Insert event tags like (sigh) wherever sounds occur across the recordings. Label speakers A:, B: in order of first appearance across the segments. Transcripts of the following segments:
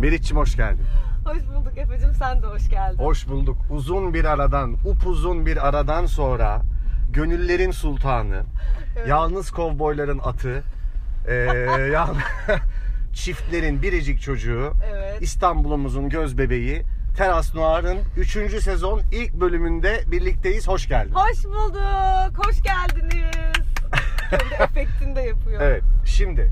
A: Meriç'cim hoş geldin.
B: Hoş bulduk Efe'cim sen de hoş geldin.
A: Hoş bulduk. Uzun bir aradan, upuzun bir aradan sonra gönüllerin sultanı,
B: Evet.
A: yalnız kovboyların atı, eee
B: (laughs)
A: yal- (laughs) çiftlerin biricik çocuğu,
B: Evet.
A: İstanbul'umuzun göz bebeği, Teras Noir'ın 3. sezon ilk bölümünde birlikteyiz. Hoş geldin.
B: Hoş bulduk. Hoş geldiniz.
A: (laughs)
B: Kendi efektini de yapıyor.
A: Evet. Şimdi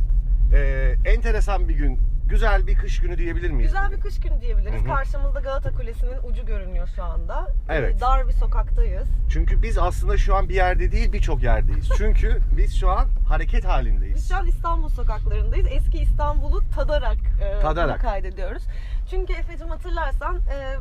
A: eee, enteresan bir gün, güzel bir kış günü diyebilir miyiz?
B: Güzel bir kış günü diyebiliriz.
A: Hı hı.
B: Karşımızda Galata Kulesi'nin ucu görünüyor şu anda.
A: Evet.
B: Ee, Dar bir sokaktayız.
A: Çünkü biz aslında şu an bir yerde değil, birçok
B: (laughs)
A: yerdeyiz. Çünkü biz şu an hareket halindeyiz.
B: Biz şu an İstanbul sokaklarındayız. Eski İstanbul'u tadarak, e,
A: Tadarak.
B: kaydediyoruz. Çünkü Efe'cim hatırlarsan e,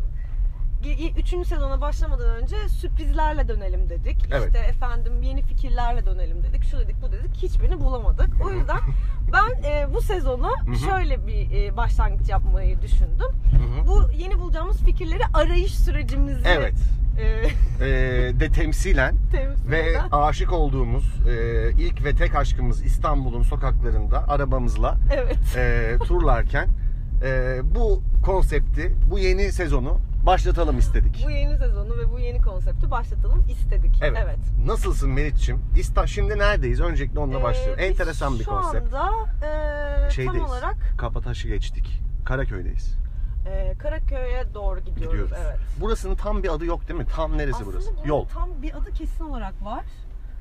B: ge- Üçüncü sezona başlamadan önce sürprizlerle dönelim dedik.
A: Evet.
B: İşte efendim yeni fikirlerle dönelim dedik. Şu dedik bu dedik. Hiçbirini bulamadık. O yüzden
A: (laughs)
B: ben e, bu sezona
A: Hı hı.
B: şöyle bir e, başlangıç yapmayı düşündüm.
A: Hı hı.
B: Bu yeni bulacağımız fikirleri arayış sürecimizi
A: Evet.
B: e, (laughs)
A: Eee, Ee, de temsilen
B: temsil
A: ve
B: eden-
A: aşık olduğumuz eee, ilk ve tek aşkımız İstanbul'un sokaklarında arabamızla
B: Evet.
A: eee, turlarken eee, bu konsepti, bu yeni sezonu başlatalım istedik.
B: Bu yeni sezonu ve bu yeni konsepti başlatalım istedik.
A: Evet.
B: evet.
A: Nasılsın Meriç'im? İsta şimdi neredeyiz? Öncelikle onunla
B: Ee,
A: başlıyorum.
B: biz
A: Enteresan bir konsept.
B: Şu anda e,
A: Şeydeyiz.
B: tam olarak
A: Kapataş'ı geçtik. Karaköy'deyiz.
B: e, Karaköy'e doğru gidiyoruz.
A: Gidiyoruz.
B: Evet.
A: Burasının tam bir adı yok değil mi? Tam neresi
B: Aslında
A: burası?
B: bunun
A: Yol.
B: tam bir adı kesin olarak var.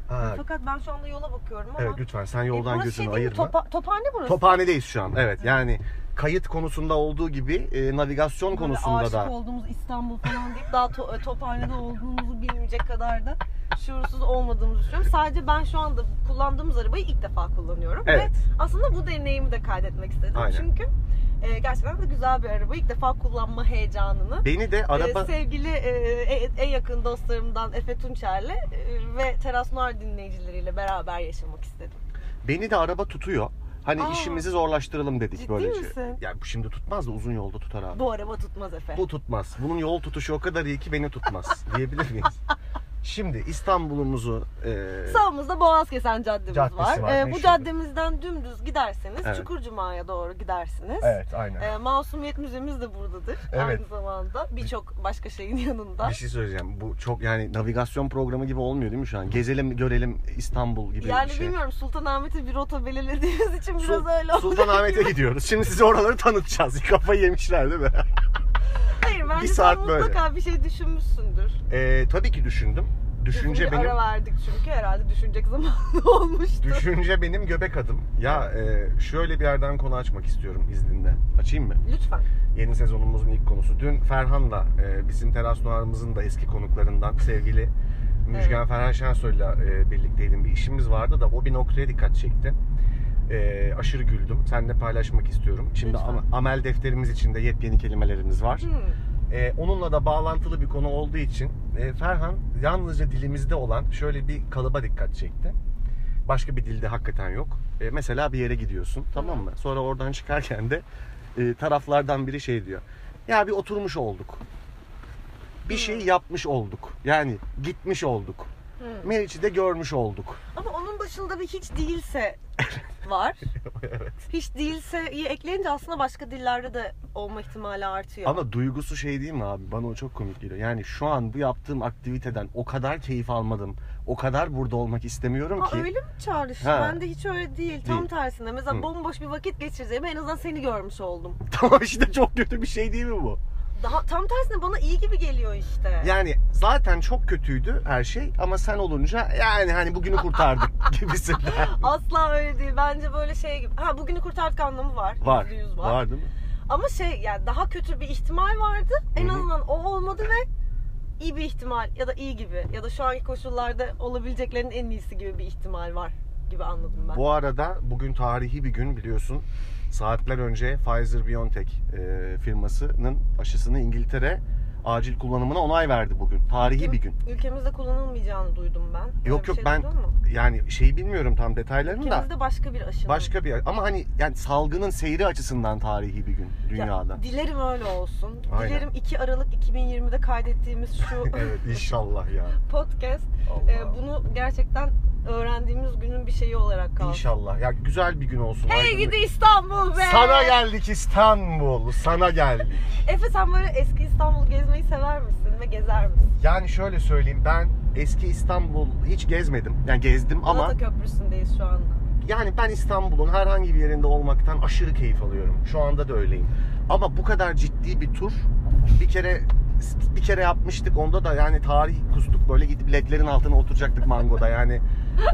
A: Ha,
B: Fakat ben şu anda yola bakıyorum ama.
A: evet lütfen sen
B: E,
A: yoldan
B: burası
A: gözünü
B: şey değil mi?
A: ayırma.
B: Topa- tophane burası.
A: Tophanedeyiz şu an. Evet yani kayıt konusunda olduğu gibi e, navigasyon
B: Böyle
A: konusunda
B: aşık
A: da
B: olduğumuz İstanbul falan deyip daha to- e, tophanede olduğumuzu bilmeyecek kadar da şuursuz olmadığımızı düşünüyorum. Sadece ben şu anda kullandığımız arabayı ilk defa kullanıyorum.
A: Evet.
B: Ve aslında bu deneyimi de kaydetmek istedim.
A: Aynen.
B: Çünkü e, gerçekten de güzel bir araba. İlk defa kullanma heyecanını
A: beni de araba
B: Ee, sevgili e, en- en yakın dostlarımdan Efe Tunçer'le e, ve Teras Noir dinleyicileriyle beraber yaşamak istedim.
A: beni de araba tutuyor. Hani
B: Aa.
A: işimizi zorlaştıralım dedik
B: Ciddi
A: böylece.
B: misin?
A: Ya bu şimdi tutmaz da uzun yolda tutar abi.
B: Bu araba tutmaz Efe.
A: Bu tutmaz. Bunun yol tutuşu o kadar iyi ki beni
B: (laughs)
A: tutmaz diyebilir miyiz? Şimdi İstanbul'umuzu e,
B: Sağımızda Boğaz Kesen Caddemiz
A: Caddesi
B: var.
A: var,
B: Ee, bu
A: meşhur.
B: caddemizden dümdüz giderseniz
A: Evet.
B: Çukurcuma'ya doğru gidersiniz.
A: Evet aynen.
B: Ee, Masumiyet Müzemiz de buradadır
A: Evet.
B: aynı zamanda. Birçok başka şeyin yanında.
A: Bir şey söyleyeceğim. Bu çok yani navigasyon programı gibi olmuyor değil mi şu an? Gezelim, görelim İstanbul gibi
B: Yani
A: bir şey.
B: bilmiyorum Sultanahmet'i bir rota belirlediğimiz için biraz
A: Sul-
B: öyle oldu.
A: Sultanahmet'e gidiyoruz. Şimdi size oraları tanıtacağız. (laughs) Kafayı yemişler değil mi?
B: (laughs) Hayır bence
A: saat
B: sen
A: böyle.
B: mutlaka bir şey düşünmüşsündür.
A: Ee, tabii ki düşündüm.
B: Uzun
A: Düşünce
B: bir
A: benim
B: (laughs) ara verdik çünkü herhalde düşünecek zaman (laughs) olmuştu.
A: düşünce benim göbek adım. Ya e, şöyle bir yerden konu açmak istiyorum izninle. Açayım mı?
B: Lütfen.
A: Yeni sezonumuzun ilk konusu. Dün Ferhan'la e, bizim Teras Noir'ımızın da eski konuklarından sevgili Müjgan
B: Evet.
A: Ferhan Şensoy'la e, birlikteydim. Bir işimiz vardı da o bir noktaya dikkat çekti. E, aşırı güldüm. Seninle paylaşmak istiyorum. Şimdi
B: Lütfen.
A: am- amel defterimiz içinde yepyeni kelimelerimiz var. Ee, onunla da bağlantılı bir konu olduğu için e, Ferhan yalnızca dilimizde olan şöyle bir kalıba dikkat çekti. Başka bir dilde hakikaten yok. E, mesela bir yere gidiyorsun tamam mı? Sonra oradan çıkarken de e, taraflardan biri şey diyor. Ya bir oturmuş olduk. Bir şey yapmış olduk. Yani gitmiş olduk.
B: Hı.
A: Meriç'i de görmüş olduk.
B: Ama onun başında bir hiç değilse
A: (laughs)
B: var. Hiç değilse'yi ekleyince aslında başka dillerde de olma ihtimali artıyor.
A: Ama duygusu şey değil mi abi? Bana o çok komik geliyor. Yani şu an bu yaptığım aktiviteden o kadar keyif almadım. O kadar burada olmak istemiyorum
B: Aa,
A: ki.
B: öyle mi çağrıştı?
A: Ha.
B: Ben de hiç öyle değil. Tam
A: Değil.
B: tersine. Mesela
A: Hı.
B: bomboş bir vakit geçireceğim. En azından seni görmüş oldum.
A: (laughs) Tamam işte çok kötü bir şey değil mi bu?
B: Daha tam tersine bana iyi gibi geliyor işte.
A: Yani zaten çok kötüydü her şey ama sen olunca yani hani bugünü
B: (laughs)
A: kurtardık gibisinden.
B: Asla öyle değil. Bence böyle şey gibi. Ha bugünü kurtardık anlamı var.
A: Var.
B: Yüzde yüz
A: Var değil mi?
B: Ama şey yani daha kötü bir ihtimal vardı. En
A: Hı hı.
B: azından o olmadı ve iyi bir ihtimal ya da iyi gibi ya da şu anki koşullarda olabileceklerin en iyisi gibi bir ihtimal var gibi anladım ben.
A: Bu arada bugün tarihi bir gün biliyorsun. Saatler önce Pfizer-BioNTech e, firmasının aşısını İngiltere acil kullanımına onay verdi bugün. Tarihi bir gün.
B: Ülkemizde kullanılmayacağını duydum ben. Öyle
A: Yok
B: bir
A: yok
B: şey
A: ben
B: duydun mu?
A: yani şeyi bilmiyorum tam detaylarını da.
B: Ülkemizde başka bir aşının.
A: Başka bir ama hani yani salgının seyri açısından tarihi bir gün dünyada.
B: Ya, dilerim öyle olsun.
A: Aynen.
B: Dilerim 2 Aralık 2020'de kaydettiğimiz şu
A: (laughs) evet inşallah
B: (laughs)
A: ya.
B: podcast
A: Allah.
B: e, bunu gerçekten öğrendiğimiz günün bir şeyi olarak kalsın.
A: İnşallah. Ya güzel bir gün olsun.
B: Hey
A: aydınlık.
B: gidi İstanbul be!
A: Sana geldik İstanbul. Sana geldik.
B: Efe sen böyle eski İstanbul gezmeyi sever misin ve gezer misin?
A: Yani şöyle söyleyeyim ben eski İstanbul hiç gezmedim. Yani gezdim ama
B: Galata Köprüsü'ndeyiz şu anda.
A: yani ben İstanbul'un herhangi bir yerinde olmaktan aşırı keyif alıyorum. Şu anda da öyleyim. Ama bu kadar ciddi bir tur bir kere bir kere yapmıştık. Onda da yani tarih kustuk böyle gidip ledlerin altına oturacaktık mangoda. Yani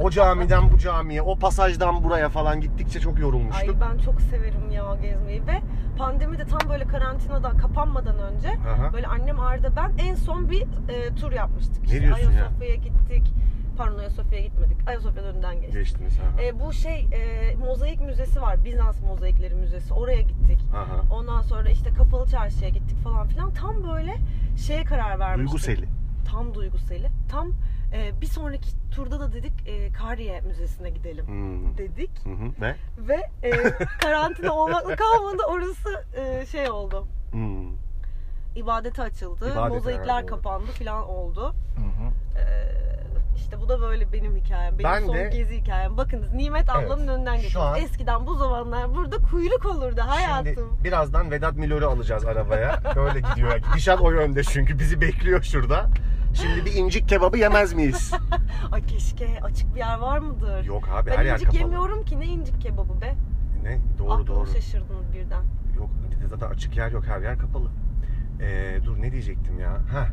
A: o camiden bu camiye, o pasajdan buraya falan gittikçe çok yorulmuştuk.
B: Ay ben çok severim ya gezmeyi ve pandemi de tam böyle karantinadan kapanmadan önce
A: Aha.
B: böyle annem Arda ben en son bir e, tur yapmıştık. İşte
A: diyorsun ya?
B: Ayasofya'ya gittik. Pardon Ayasofya'ya gitmedik. Ayasofya'nın önünden geçtik.
A: Geçtiniz aha.
B: E, bu şey e, mozaik müzesi var. Bizans mozaikleri müzesi. Oraya gittik.
A: aha.
B: Ondan sonra işte kapalı çarşıya gittik falan filan. Tam böyle şeye karar vermiştik.
A: Duyguseli.
B: Tam duyguseli. Tam e, bir sonraki turda da dedik e, Kariye Müzesi'ne gidelim
A: Hmm.
B: dedik.
A: Hı hı. Ve?
B: Ve e, (laughs) karantina olmakla kalmadı orası e, şey oldu.
A: Hmm.
B: İbadete açıldı.
A: İbadete,
B: mozaikler
A: evet, doğru.
B: kapandı filan oldu. E, işte bu da böyle benim hikayem. Benim
A: Ben
B: son
A: de-
B: gezi hikayem. Bakınız Nimet ablanın
A: Evet,
B: önünden
A: şu
B: geçiyoruz.
A: an-
B: Eskiden bu zamanlar burada kuyruk olurdu hayatım.
A: Şimdi birazdan Vedat Milor'u alacağız arabaya. Böyle gidiyor. (laughs) Gidişat o yönde çünkü bizi bekliyor şurada. Şimdi bir incik kebabı yemez
B: (laughs)
A: miyiz?
B: Ay keşke açık bir yer var mıdır?
A: Yok abi her
B: ben
A: yer
B: incik
A: kapalı.
B: yemiyorum ki ne incik kebabı be.
A: Ne? Doğru
B: Aklım
A: doğru.
B: şaşırdım birden.
A: Yok bir de zaten açık yer yok her yer kapalı. Ee, dur ne diyecektim ya? Ha.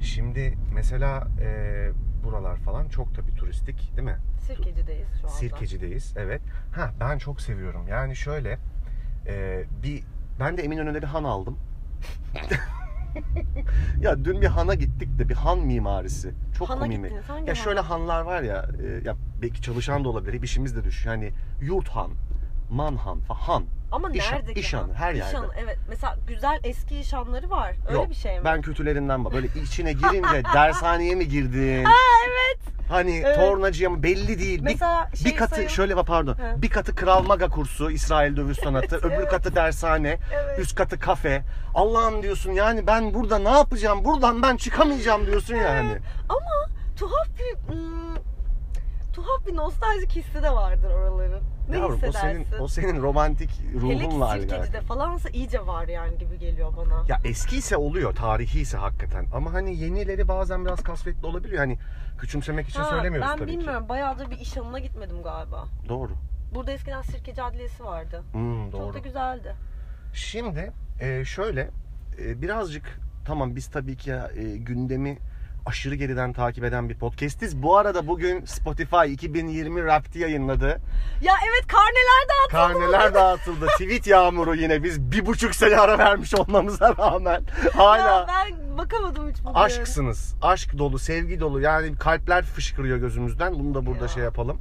A: Şimdi mesela e, buralar falan çok tabii turistik değil mi?
B: Sirkeci'deyiz şu anda.
A: Sirkeci'deyiz. Evet. Ha ben çok seviyorum. Yani şöyle e, bir ben de Eminönü'nde bir han aldım. (laughs) ya dün bir hana gittik de bir han mimarisi. Çok
B: Hana
A: komik.
B: gittiniz. Hangi
A: Ya
B: hana?
A: şöyle hanlar var ya, e, ya belki çalışan da olabilir. Hep işimiz de düşüyor. Hani yurt han, manhan, fa- han.
B: Ama
A: İş-
B: nerede ki
A: iş
B: han?
A: hanı, her
B: İş
A: yerde.
B: hanı, evet. Mesela güzel eski iş hanları var. Öyle
A: Yok,
B: bir şey mi?
A: Ben kötülerinden bak. Böyle içine
B: (laughs)
A: girince dershaneye mi girdin?
B: Evet.
A: Hani
B: Evet.
A: tornacıya mı belli değil. Bir-
B: Mesela şey
A: bir katı
B: sayıl-
A: şöyle bak pardon.
B: He.
A: Bir katı Krav Maga kursu, İsrail dövüş sanatı, öbür
B: (laughs) evet.
A: katı dershane,
B: Evet.
A: üst katı kafe. Allah'ım diyorsun yani ben burada ne yapacağım? Buradan ben çıkamayacağım diyorsun hani. yani.
B: Ama tuhaf bir... ım, tuhaf bir nostaljik hissi de vardır oraların. Ne
A: Yavrum o
B: hissedersin?
A: senin o senin romantik
B: Hele ki
A: ruhunla alakalı.
B: Sirkeci'de falansa iyice var yani gibi geliyor bana.
A: Ya eskiyse oluyor, tarihiyse hakikaten. Ama hani yenileri bazen biraz kasvetli olabiliyor. Hani küçümsemek için
B: Ha,
A: şey söylemiyoruz
B: ben
A: tabii
B: bilmiyorum. Bayağıdır bir iş hanına gitmedim galiba.
A: ki. Doğru.
B: Burada eskiden Sirkeci Adliyesi vardı.
A: Hmm,
B: Çok
A: doğru.
B: da güzeldi.
A: Şimdi e, şöyle e, birazcık tamam biz tabii ki e, gündemi aşırı geriden takip eden bir podcastiz. Bu arada bugün Spotify 2020 Rapti yayınladı.
B: Ya evet karneler dağıtıldı.
A: Karneler dağıtıldı. Tweet yağmuru yine biz bir buçuk sene ara vermiş olmamıza rağmen hala
B: Ya ben bakamadım hiç bugün.
A: aşksınız. Aşk dolu, sevgi dolu. Yani kalpler fışkırıyor gözümüzden. Bunu da burada
B: Ya.
A: şey yapalım.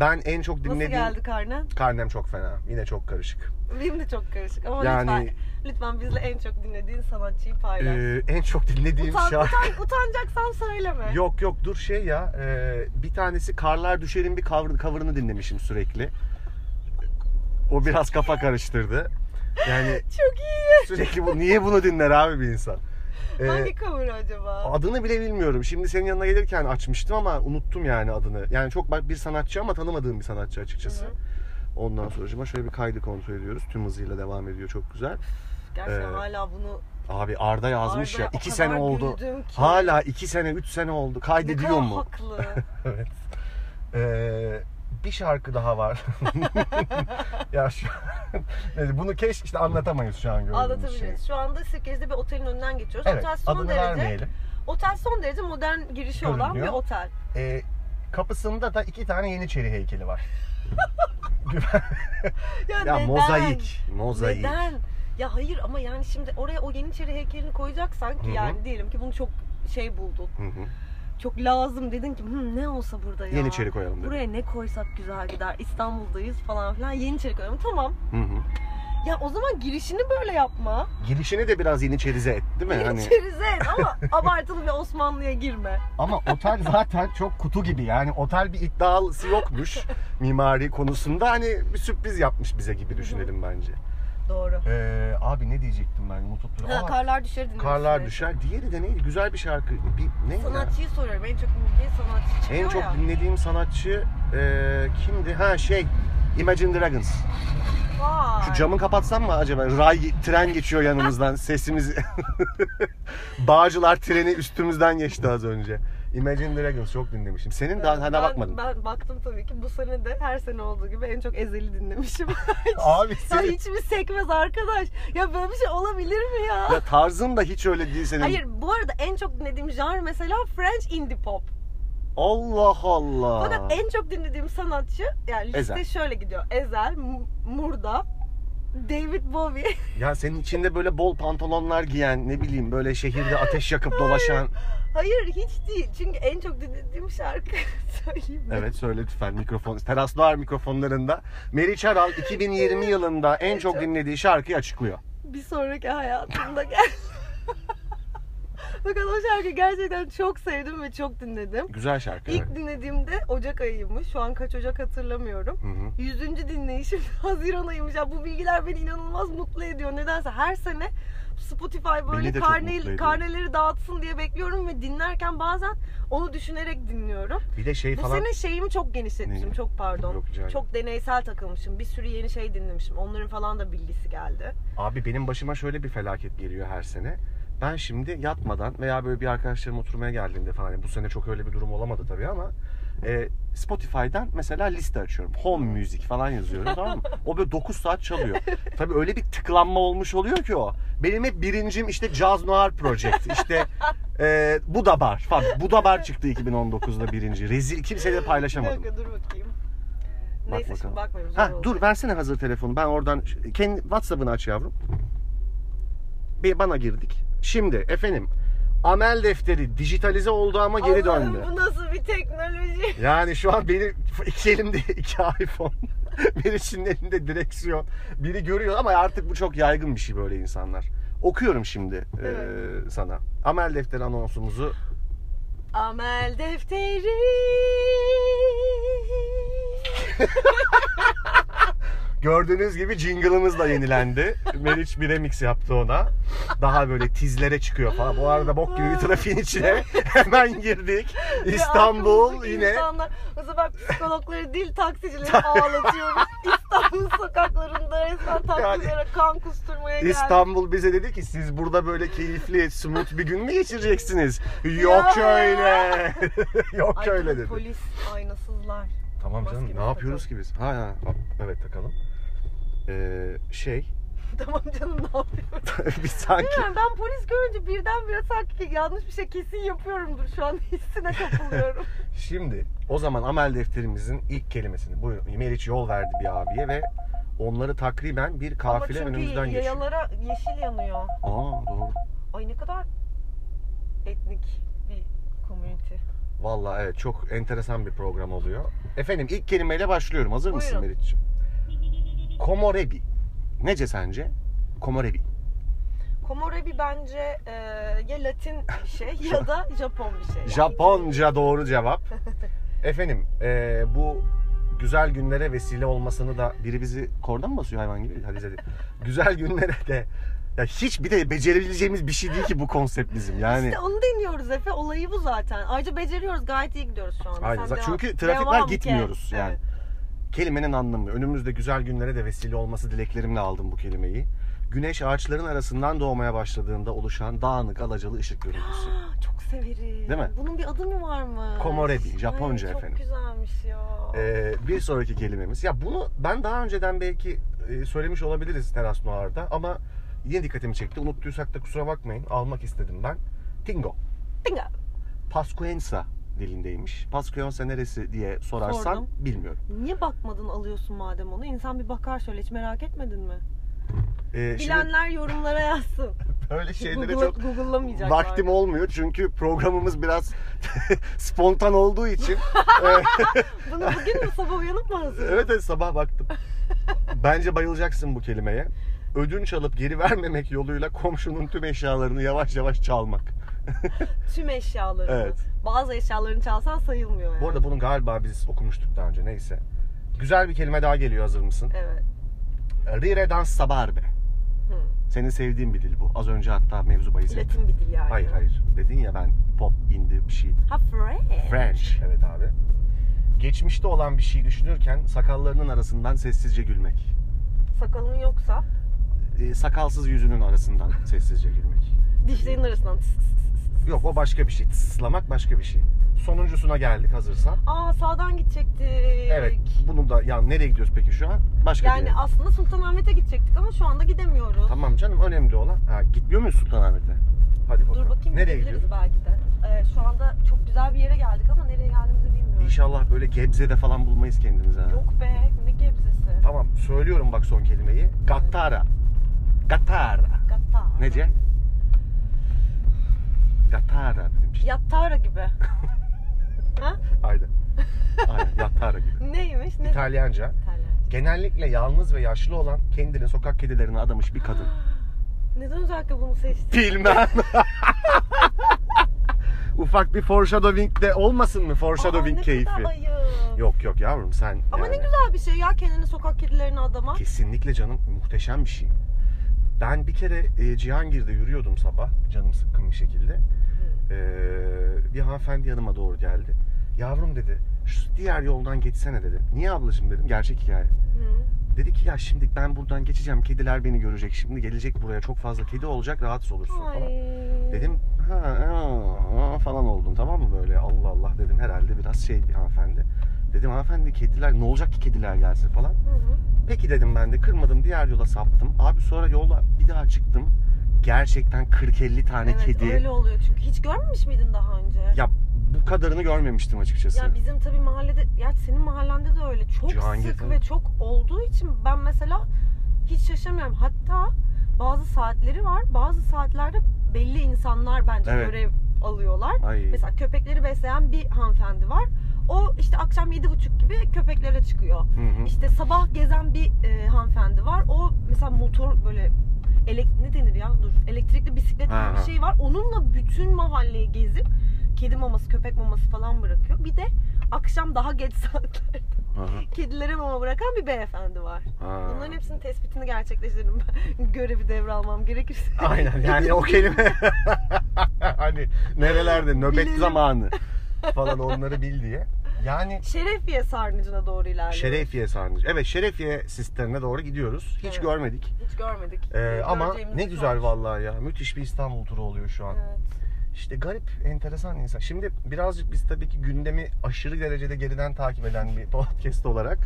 A: Ben en çok
B: Nasıl
A: dinlediğim
B: geldi karnen?
A: karnem çok fena. Yine çok karışık.
B: Benim de çok karışık ama
A: Yani-
B: lütfen, lütfen bizle en çok dinlediğin sanatçıyı paylaş.
A: Ee, en çok dinlediğim
B: Utan,
A: şarkı.
B: utan- utanacaksan söyleme.
A: Yok yok dur şey ya e, bir tanesi Karlar Düşer'in bir cover, cover'ını dinlemişim sürekli. O biraz kafa karıştırdı. Yani
B: Çok iyi.
A: sürekli bu niye bunu dinler abi bir insan? E,
B: Hangi cover acaba?
A: adını bile bilmiyorum. Şimdi senin yanına gelirken açmıştım ama unuttum yani adını. Yani çok bak bir sanatçı ama tanımadığım bir sanatçı açıkçası.
B: Hı hı.
A: Ondan sonra şöyle bir kaydı kontrol ediyoruz. Tüm hızıyla devam ediyor çok güzel.
B: Gerçekten
A: e,
B: hala bunu
A: Abi Arda yazmış
B: Arda'ya
A: ya
B: o
A: 2
B: kadar
A: sene oldu.
B: güldüm ki.
A: Hala 2 sene 3 sene oldu.
B: ne
A: Kaydediyor
B: kadar
A: mu? (laughs)
B: haklı.
A: Evet. Ee, bir şarkı daha
B: (laughs)
A: var. ya şu Neyse, bunu keşke işte anlatamayız şu an gördüğümüz şeyi.
B: Anlatabiliriz. Şu anda Sirkeci'de bir otelin önünden geçiyoruz.
A: şey. Evet,
B: otel son
A: adını
B: derece
A: vermeyelim.
B: otel son derece modern girişi olan bir
A: Görünüyor.
B: otel.
A: Ee, kapısında da iki tane Yeniçeri heykeli var.
B: Ya,
A: ya
B: neden?
A: mozaik, mozaik.
B: Neden? Ya hayır ama yani şimdi oraya o Yeniçeri heykelini koyacaksan ki
A: Hı hı.
B: yani diyelim ki bunu çok şey buldun.
A: Hı hı.
B: Çok lazım dedin ki "Hı, ne olsa burada ya.
A: Yeniçeri koyalım dedim.
B: Buraya ne koysak güzel gider. İstanbul'dayız falan filan. Yeniçeri koyalım. Tamam.
A: Hı hı.
B: Ya o zaman girişini böyle yapma.
A: Girişini de biraz Yeniçerize et değil mi? Hani
B: Yeniçeri zevk
A: (laughs)
B: ama abartılı bir Osmanlı'ya girme.
A: ama otel zaten çok kutu gibi yani otel bir iddialısı yokmuş mimari konusunda hani bir sürpriz yapmış bize gibi düşünelim bence.
B: Doğru.
A: Ee, Abi ne diyecektim ben unutup duruyorum.
B: Ha,
A: Aa,
B: karlar düşer dinliyorsun.
A: karlar
B: evet.
A: düşer. Diğeri de neydi? Güzel bir şarkı. Bir, neydi? ya?
B: Sanatçıyı soruyorum. En çok dinlediğin sanatçı çıkıyor
A: En çok
B: ya.
A: dinlediğim sanatçı e, kimdi? Ha şey Imagine Dragons.
B: Vay.
A: Şu camı kapatsam mı acaba? Ray tren geçiyor
B: (laughs)
A: yanımızdan. Sesimiz (laughs) Bağcılar treni üstümüzden geçti az önce. Imagine Dragons çok dinlemişim. Senin daha hala
B: ben,
A: bakmadın.
B: Ben baktım tabii ki. Bu sene de her sene olduğu gibi en çok ezeli dinlemişim. (laughs)
A: Abi
B: ya
A: senin
B: hiçbir sekmez arkadaş. Ya böyle bir şey olabilir mi ya?
A: ya tarzın da hiç öyle değil senin.
B: Hayır bu arada en çok dinlediğim genre mesela French indie pop.
A: Allah Allah.
B: Fakat en çok dinlediğim sanatçı yani liste
A: Ezel.
B: şöyle gidiyor. Ezel, M- Murda, David Bowie. (laughs)
A: Ya senin içinde böyle bol pantolonlar giyen, ne bileyim böyle şehirde ateş yakıp dolaşan.
B: Hayır hiç değil. Çünkü en çok dinlediğim şarkı (laughs) söyleyeyim mi?
A: Evet söyle lütfen mikrofon. Teras Noir mikrofonlarında Meriç Aral 2020 yılında en çok dinlediği şarkıyı açıklıyor.
B: Bir sonraki hayatımda gel. (laughs) Fakat o şarkıyı gerçekten çok sevdim ve çok dinledim.
A: Güzel şarkı. evet.
B: İlk dinlediğimde Ocak ayıymış. Şu an kaç Ocak hatırlamıyorum.
A: Hı hı.
B: Yüzüncü dinleyişim (laughs) Haziran ayıymış. Ya bu bilgiler beni inanılmaz mutlu ediyor. Nedense her sene Spotify
A: Beni de
B: böyle
A: çok mutlu ediyor.
B: karne, karneleri dağıtsın diye bekliyorum ve dinlerken bazen onu düşünerek dinliyorum.
A: Bir de şey
B: Bu
A: falan.
B: sene şeyimi çok genişletmişim.
A: Neyi?
B: Çok pardon.
A: Yok, rica ederim.
B: çok deneysel takılmışım. Bir sürü yeni şey dinlemişim. Onların falan da bilgisi geldi.
A: Abi benim başıma şöyle bir felaket geliyor her sene. Ben şimdi yatmadan veya böyle bir arkadaşlarım oturmaya geldiğinde falan yani bu sene çok öyle bir durum olamadı tabii ama e, Spotify'dan mesela liste açıyorum. Home müzik falan yazıyorum tamam mı? O böyle 9 saat çalıyor. Tabii öyle bir tıklanma olmuş oluyor ki o. Benim hep birincim işte Jazz Noir Project. işte e, Buda Bar falan. Buda Bar çıktı 2019'da birinci. Rezil kimseyle paylaşamadım.
B: Bir dakika dur bakayım.
A: şey Bak
B: Neyse
A: bakalım.
B: şimdi bakmıyorum. zor
A: Ha
B: oldu.
A: dur versene hazır telefonu. Ben oradan kendi WhatsApp'ını aç yavrum. Bir bana girdik. Şimdi efendim amel defteri dijitalize oldu ama geri
B: Allah'ım,
A: döndü.
B: bu nasıl bir teknoloji?
A: Yani şu an benim iki elimde (laughs) iki iPhone. Birisinin elinde direksiyon. Biri görüyor ama artık bu çok yaygın bir şey böyle insanlar. Okuyorum şimdi eee,
B: Evet.
A: sana. Amel defteri anonsumuzu
B: Amel defteri.
A: Gördüğünüz gibi jingle'ımız da yenilendi.
B: (laughs)
A: Meriç bir remix yaptı ona. Daha böyle tizlere çıkıyor falan. Bu arada bok gibi bir trafiğin içine (laughs) hemen girdik. İstanbul
B: Aklımızdaki
A: yine
B: Insanlar, mesela bak psikologları
A: (laughs)
B: değil taksicileri ağlatıyoruz. İstanbul sokaklarında resmen taksicilere kan kusturmaya geldi.
A: İstanbul bize dedi ki siz burada böyle keyifli, smooth bir gün mü geçireceksiniz? Yok
B: Ya.
A: öyle. (laughs) Yok
B: Ay,
A: öyle dedi.
B: Polis aynasızlar.
A: Tamam canım
B: Maskemizi
A: ne yapıyoruz ki biz? Ha ha. Evet takalım. Ee, şey
B: (laughs)
A: (laughs)
B: tamam canım ne yapıyoruz?
A: biz sanki
B: Bilmiyorum ben polis görünce birdenbire sanki ki yanlış bir şey kesin yapıyorumdur şu an (laughs) hissine
A: (laughs)
B: kapılıyorum.
A: Şimdi o zaman amel defterimizin ilk kelimesini buyurun. Meriç yol verdi bir abiye ve onları takriben bir kafile
B: Ama çünkü
A: önümüzden geçiyor.
B: yayalara yeşil yanıyor.
A: Aa doğru.
B: Ay ne kadar etnik bir community.
A: Vallahi evet çok enteresan bir program oluyor. Efendim ilk kelimeyle başlıyorum. Hazır mısın
B: Buyurun.
A: Meriç'ciğim? Komorebi. Nece sence? Komorebi.
B: Komorebi bence e, ya Latin bir şey ya da Japon bir şey. Yani
A: Japonca doğru
B: (laughs)
A: cevap. Efendim eee, bu güzel günlere vesile olmasını da biri bizi kordan mı basıyor hayvan gibi? Hadi hadi. Güzel günlere de ya hiç bir de becerebileceğimiz bir şey değil ki bu konsept bizim. Yani
B: İşte onu deniyoruz Efe. Olayı bu zaten. Ayrıca beceriyoruz. Gayet iyi gidiyoruz şu anda.
A: Aynen.
B: Sen devam-
A: Çünkü trafik var
B: devam ki.
A: gitmiyoruz yani.
B: Evet.
A: Kelimenin anlamı. Önümüzde güzel günlere de vesile olması dileklerimle aldım bu kelimeyi. Güneş ağaçların arasından doğmaya başladığında oluşan dağınık alacalı ışık
B: (gasps)
A: görüntüsü. (laughs)
B: Ah, Çok severim.
A: Değil mi?
B: Bunun bir adı mı var mı?
A: Komorebi, Japonca
B: Ay,
A: efendim.
B: Çok güzelmiş ya.
A: Ee, bir sonraki kelimemiz. Ya bunu ben daha önceden belki e, söylemiş olabiliriz Teras Noir'da ama yine dikkatimi çekti. Unuttuysak da kusura bakmayın. Almak istedim ben. Tingo.
B: Dinga.
A: Pascuensa dilindeymiş. Pascuensa neresi diye sorarsan
B: Sordum.
A: bilmiyorum.
B: Niye bakmadın alıyorsun madem onu? İnsan bir bakar şöyle hiç merak etmedin mi?
A: Ee, şimdi
B: Bilenler
A: (laughs)
B: yorumlara yazsın.
A: böyle şeylere
B: Google'a-
A: çok
B: Google'lamayacaklar.
A: Vaktim olmuyor çünkü programımız biraz (laughs) spontan olduğu için. Ee,
B: Bunu bugün mü sabah uyanıp mı
A: (laughs)
B: hazırladın?
A: evet evet sabah baktım. Bence bayılacaksın bu kelimeye. Ödünç alıp geri vermemek yoluyla komşunun tüm eşyalarını yavaş yavaş çalmak.
B: Tüm eşyalarını.
A: Evet.
B: Bazı eşyalarını çalsan sayılmıyor yani.
A: Bu arada bunu galiba biz okumuştuk daha önce neyse. Güzel bir kelime daha geliyor hazır mısın?
B: Evet.
A: Rire dans sabarbe.
B: Hı.
A: Senin sevdiğin bir dil bu. Az önce hatta mevzu bahis ettin.
B: Latin bir dil yani.
A: Hayır hayır. Dedin ya ben pop indi bir şey.
B: Ha French.
A: French. Evet abi. Geçmişte olan bir şey düşünürken sakallarının arasından sessizce gülmek.
B: Sakalın yoksa
A: Ee, sakalsız yüzünün arasından sessizce gülmek.
B: dişlerin arasından. tıs tıs tıs tıs.
A: Yok o başka bir şey. Tıslamak başka bir şey. Sonuncusuna geldik hazırsan.
B: Aa sağdan gidecektik.
A: Evet. Bunu da ya nereye gidiyoruz peki şu an? Başka bir
B: Yani
A: yere.
B: aslında Sultanahmet'e gidecektik ama şu anda gidemiyoruz.
A: Tamam canım önemli olan. Ha, gitmiyor muyuz Sultanahmet'e? Hadi bakalım.
B: Dur bakayım
A: nereye
B: gidebiliriz
A: gidiyoruz?
B: belki de. Ee, şu anda çok güzel bir yere geldik ama nereye geldiğimizi bilmiyorum.
A: İnşallah böyle Gebze'de falan bulmayız kendimize. ha.
B: Yok be ne gebzesi.
A: Tamam söylüyorum bak son kelimeyi. Gattara. Gattara.
B: Gattara.
A: Ne diye? Gattara dedim işte.
B: Yattara gibi. (laughs) ha? (laughs)
A: Aynen. Aynen yattara gibi.
B: Neymiş? Ne?
A: İtalyanca.
B: İtalyan.
A: Genellikle yalnız ve yaşlı olan kendini sokak kedilerine adamış bir kadın.
B: Neden özellikle bunu seçtin?
A: Bilmem. (laughs) Ufak bir foreshadowing de olmasın mı? Foreshadowing
B: Aa,
A: keyfi.
B: Ne kadar ayıp.
A: Yok yok yavrum sen
B: Ama ne
A: yani-
B: güzel bir şey ya kendini sokak kedilerine adamak.
A: Kesinlikle canım muhteşem bir şey. Ben bir kere e, Cihangir'de yürüyordum sabah canım sıkkın bir şekilde. E, bir hanımefendi yanıma doğru geldi. Yavrum dedi şu diğer yoldan geçsene dedi. Niye ablacığım dedim gerçek hikaye.
B: Hı.
A: Dedi ki ya şimdi ben buradan geçeceğim kediler beni görecek şimdi gelecek buraya çok fazla kedi olacak rahatsız olursun
B: Ay.
A: falan. Dedim ha, aa, falan oldum tamam mı böyle Allah Allah dedim herhalde biraz şey bir hanımefendi. Dedim hanımefendi kediler ne olacak ki kediler gelsin falan.
B: Hı hı.
A: Peki dedim ben de kırmadım diğer yola saptım. Abi sonra yola bir daha çıktım. Gerçekten 40-50 tane
B: evet,
A: kedi.
B: öyle oluyor çünkü. Hiç görmemiş miydin daha önce?
A: Ya bu kadarını görmemiştim açıkçası.
B: Ya bizim tabii mahallede, ya senin mahallende de öyle çok
A: Cihangir'de.
B: sık ve çok olduğu için ben mesela hiç şaşırmıyorum. Hatta bazı saatleri var, bazı saatlerde belli insanlar bence
A: Evet.
B: görev alıyorlar.
A: Ay.
B: Mesela köpekleri besleyen bir hanımefendi var. O işte akşam yedi buçuk gibi köpeklere çıkıyor.
A: Hı hı.
B: İşte sabah gezen bir e, hanımefendi var. O mesela motor böyle elek ne denir ya dur elektrikli bisiklet gibi
A: Ha, ha.
B: bir şey var. Onunla bütün mahalleyi gezip kedi maması, köpek maması falan bırakıyor. Bir de akşam daha geç (laughs) saatlerde
A: Aha.
B: kedilere mama bırakan bir beyefendi var.
A: Ha.
B: Bunların hepsinin tespitini gerçekleştirdim ben. (laughs) Görevi devralmam gerekirse.
A: Aynen
B: (laughs)
A: yani o kelime. (laughs) hani nerelerde nöbet
B: Bilelim.
A: zamanı falan onları bil diye. Yani
B: Şerefiye sarnıcına doğru ilerliyoruz.
A: Şerefiye sarnıcı. Evet Şerefiye sistemine doğru gidiyoruz. Hiç
B: Evet.
A: görmedik.
B: Hiç görmedik.
A: Ee, ama
B: Göreceğimizi
A: ne güzel
B: şu an-
A: vallahi ya. Müthiş bir İstanbul turu oluyor şu an.
B: Evet.
A: İşte garip, enteresan insan. Şimdi birazcık biz tabii ki gündemi aşırı derecede geriden takip eden bir podcast olarak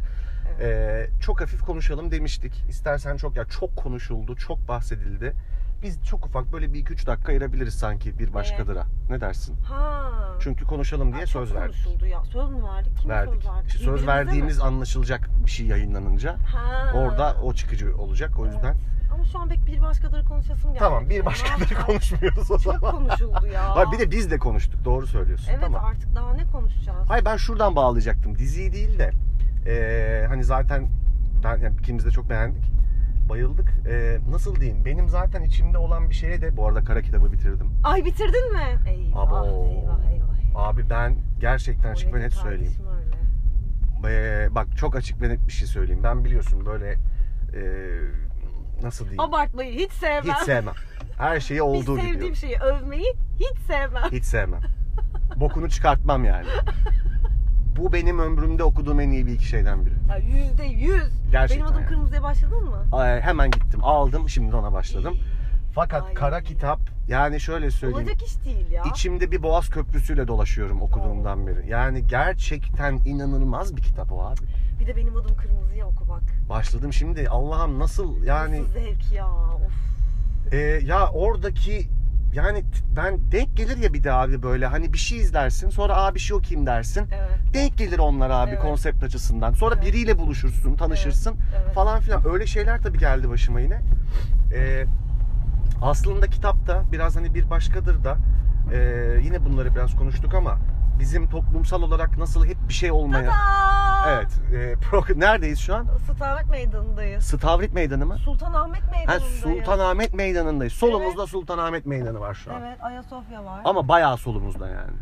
B: Evet.
A: eee, çok hafif konuşalım demiştik. İstersen çok ya çok konuşuldu, çok bahsedildi. Biz çok ufak böyle bir iki üç dakika ayırabiliriz sanki bir başkadıra. Ne dersin?
B: Ha.
A: Çünkü konuşalım diye
B: Aa,
A: söz
B: çok
A: verdik.
B: Konuşuldu ya. Söz mü verdik? Kime
A: Verdik.
B: söz verdik?
A: İşte söz
B: Birbirimize
A: verdiğimiz
B: mi?
A: anlaşılacak bir şey yayınlanınca
B: Ha.
A: orada o çıkıcı olacak. O
B: Evet.
A: yüzden
B: Ama şu an pek bir başkaları konuşasım geldi.
A: tamam bir
B: Ya, (laughs)
A: başkaları
B: ay,
A: konuşmuyoruz o
B: Çok
A: zaman.
B: konuşuldu ya.
A: Ha, bir de biz de konuştuk. Doğru söylüyorsun.
B: Evet
A: tamam.
B: artık daha ne konuşacağız?
A: Hayır ben şuradan bağlayacaktım. Diziyi değil de eee, hani zaten ben yani ikimiz de çok beğendik. Bayıldık. Eee, nasıl diyeyim? Benim zaten içimde olan bir şeye de bu arada kara kitabı bitirdim.
B: Ay bitirdin mi? Eyvah
A: Abo.
B: eyvah eyvah.
A: Abi ben gerçekten açık ve
B: ne
A: net söyleyeyim.
B: tartışma öyle.
A: Eee, bak çok açık ve net bir şey söyleyeyim. Ben biliyorsun böyle eee, nasıl diyeyim?
B: Abartmayı hiç sevmem.
A: Hiç sevmem. Her şeyi
B: Hiç
A: olduğu gibi.
B: sevdiğim
A: diyorum.
B: şeyi övmeyi hiç sevmem.
A: Hiç sevmem. Bokunu çıkartmam yani. Bu benim ömrümde okuduğum en iyi bir iki şeyden biri.
B: Ya Yüzde yüz.
A: Gerçekten
B: Benim adım
A: yani.
B: kırmızıya başladın mı?
A: Ay, Ee, hemen gittim aldım şimdi ona başladım. Fakat
B: Ay.
A: kara kitap yani şöyle söyleyeyim.
B: Olacak iş değil ya.
A: İçimde bir boğaz köprüsüyle dolaşıyorum okuduğumdan beri. Yani gerçekten inanılmaz bir kitap o abi.
B: Bir de benim adım kırmızıya oku bak.
A: Başladım şimdi Allah'ım nasıl yani
B: Nasıl zevk ya. Of.
A: e, ya oradaki yani t- ben denk gelir ya bir de abi böyle hani bir şey izlersin sonra abi bir şey okuyayım dersin.
B: Evet.
A: Denk gelir onlar abi
B: Evet.
A: konsept açısından. Sonra
B: Evet.
A: biriyle buluşursun, tanışırsın.
B: Evet.
A: falan filan öyle şeyler tabii geldi başıma yine. Ee, aslında kitapta biraz hani bir başkadır da ee, yine bunları biraz konuştuk ama bizim toplumsal olarak nasıl hep bir şey olmaya
B: Tada!
A: Evet. ee, pro- neredeyiz şu an?
B: Sultanahmet Meydanı'ndayız.
A: Sultanahmet Meydanı mı?
B: Sultanahmet
A: Ha,
B: Meydanı'ndayız.
A: Sultanahmet Meydanı'ndayız. Solumuzda Sultanahmet Meydanı var şu an.
B: Evet, Ayasofya var.
A: Ama bayağı solumuzda yani.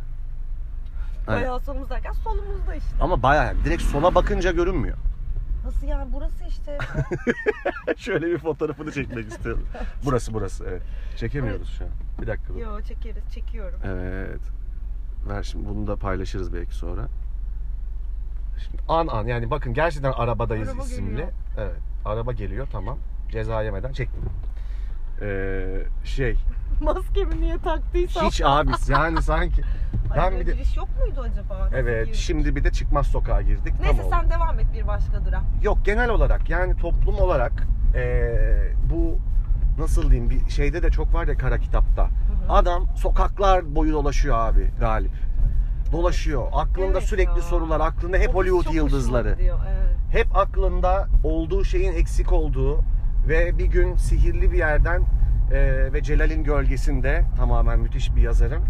A: Aynen.
B: Ayasofya'mız derken solumuzda işte.
A: Ama bayağı yani direkt sola bakınca görünmüyor.
B: Nasıl yani burası
A: (laughs)
B: işte.
A: Şöyle bir fotoğrafını çekmek istiyorum. Burası burası evet. Çekemiyoruz şu an. Bir dakika dur.
B: Yo çekeriz çekiyorum. (laughs)
A: Evet. Ver şimdi bunu da paylaşırız belki sonra. Şimdi an an yani bakın gerçekten arabadayız
B: Araba
A: isimli.
B: geliyor.
A: Evet. Araba geliyor tamam. Ceza yemeden çektim. Ee,
B: (laughs)
A: şey
B: Maskemi niye taktıysam.
A: hiç abi yani sanki
B: Ay,
A: ben bir
B: böyle
A: de
B: giriş yok muydu acaba? Nasıl
A: evet
B: girdi?
A: şimdi bir de çıkmaz sokağa girdik. tam
B: Neyse
A: oldu.
B: sen devam et bir başka dura.
A: Yok genel olarak yani toplum olarak eee, bu nasıl diyeyim bir şeyde de çok var ya kara kitapta.
B: hı.
A: Adam sokaklar boyu dolaşıyor abi galip. Dolaşıyor. Aklında
B: Evet
A: sürekli
B: ya.
A: sorular, aklında hep
B: O biz çok
A: Hollywood
B: hoşuma
A: yıldızları.
B: gidiyor, Evet.
A: Hep aklında olduğu şeyin eksik olduğu ve bir gün sihirli bir yerden eee, ve Celal'in gölgesinde tamamen müthiş bir yazarın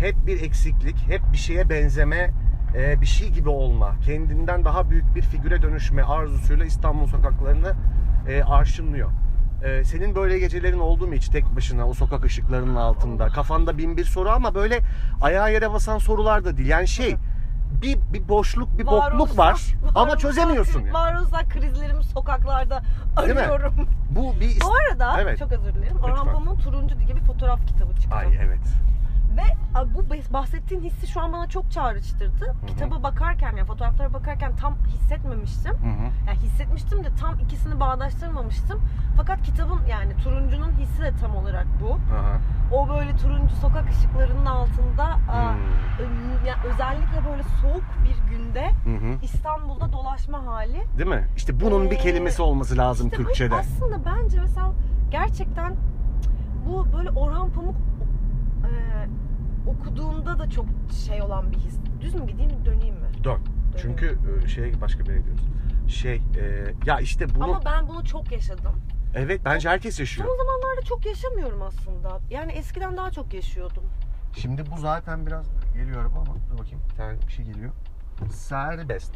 A: hep bir eksiklik, hep bir şeye benzeme, eee, bir şey gibi olma, kendinden daha büyük bir figüre dönüşme arzusuyla İstanbul sokaklarını eee arşınlıyor. Eee, senin böyle gecelerin oldu mu hiç tek başına o sokak ışıklarının altında? Kafanda bin bir soru ama böyle ayağa yere basan sorular da değil. Yani şey bir, bir boşluk, bir bokluk var
B: (laughs) Varoluşsal-
A: ama
B: varoluşsal-
A: çözemiyorsun. yani.
B: Varoluşsal krizlerimi sokaklarda
A: Değil mi?
B: arıyorum. (laughs)
A: Bu bir... ist-
B: Bu arada
A: Evet.
B: çok özür dilerim. Orhan
A: Lütfen.
B: Pamuk'un Turuncu diye bir fotoğraf kitabı çıktı.
A: Ay evet.
B: Ve a, bu bes- bahsettiğin hissi şu an bana çok çağrıştırdı.
A: hı.
B: Kitaba bakarken yani fotoğraflara bakarken tam hissetmemiştim.
A: Hı hı.
B: Yani hissetmiştim de tam ikisini bağdaştırmamıştım. Fakat kitabın yani turuncunun hissi de tam olarak bu.
A: Aha.
B: O böyle turuncu sokak ışıklarının altında a,
A: Hmm.
B: ö- yani özellikle böyle soğuk bir günde
A: Hı hı.
B: İstanbul'da dolaşma hali.
A: Değil mi? İşte bunun bir
B: Ee,
A: kelimesi olması lazım
B: İşte bu
A: Türkçe'de.
B: aslında bence mesela gerçekten bu böyle Orhan Pamuk e, okuduğumda da çok şey olan bir his. Düz mü gideyim döneyim mi?
A: Dön. Çünkü e, şey başka bir yere gidiyoruz. Şey e, ya işte bunu
B: Ama ben bunu çok yaşadım.
A: evet bence herkes yaşıyor.
B: Son zamanlarda çok yaşamıyorum aslında. Yani eskiden daha çok yaşıyordum.
A: Şimdi bu zaten biraz geliyorum ama dur bakayım bir tane bir şey geliyor. Serbest.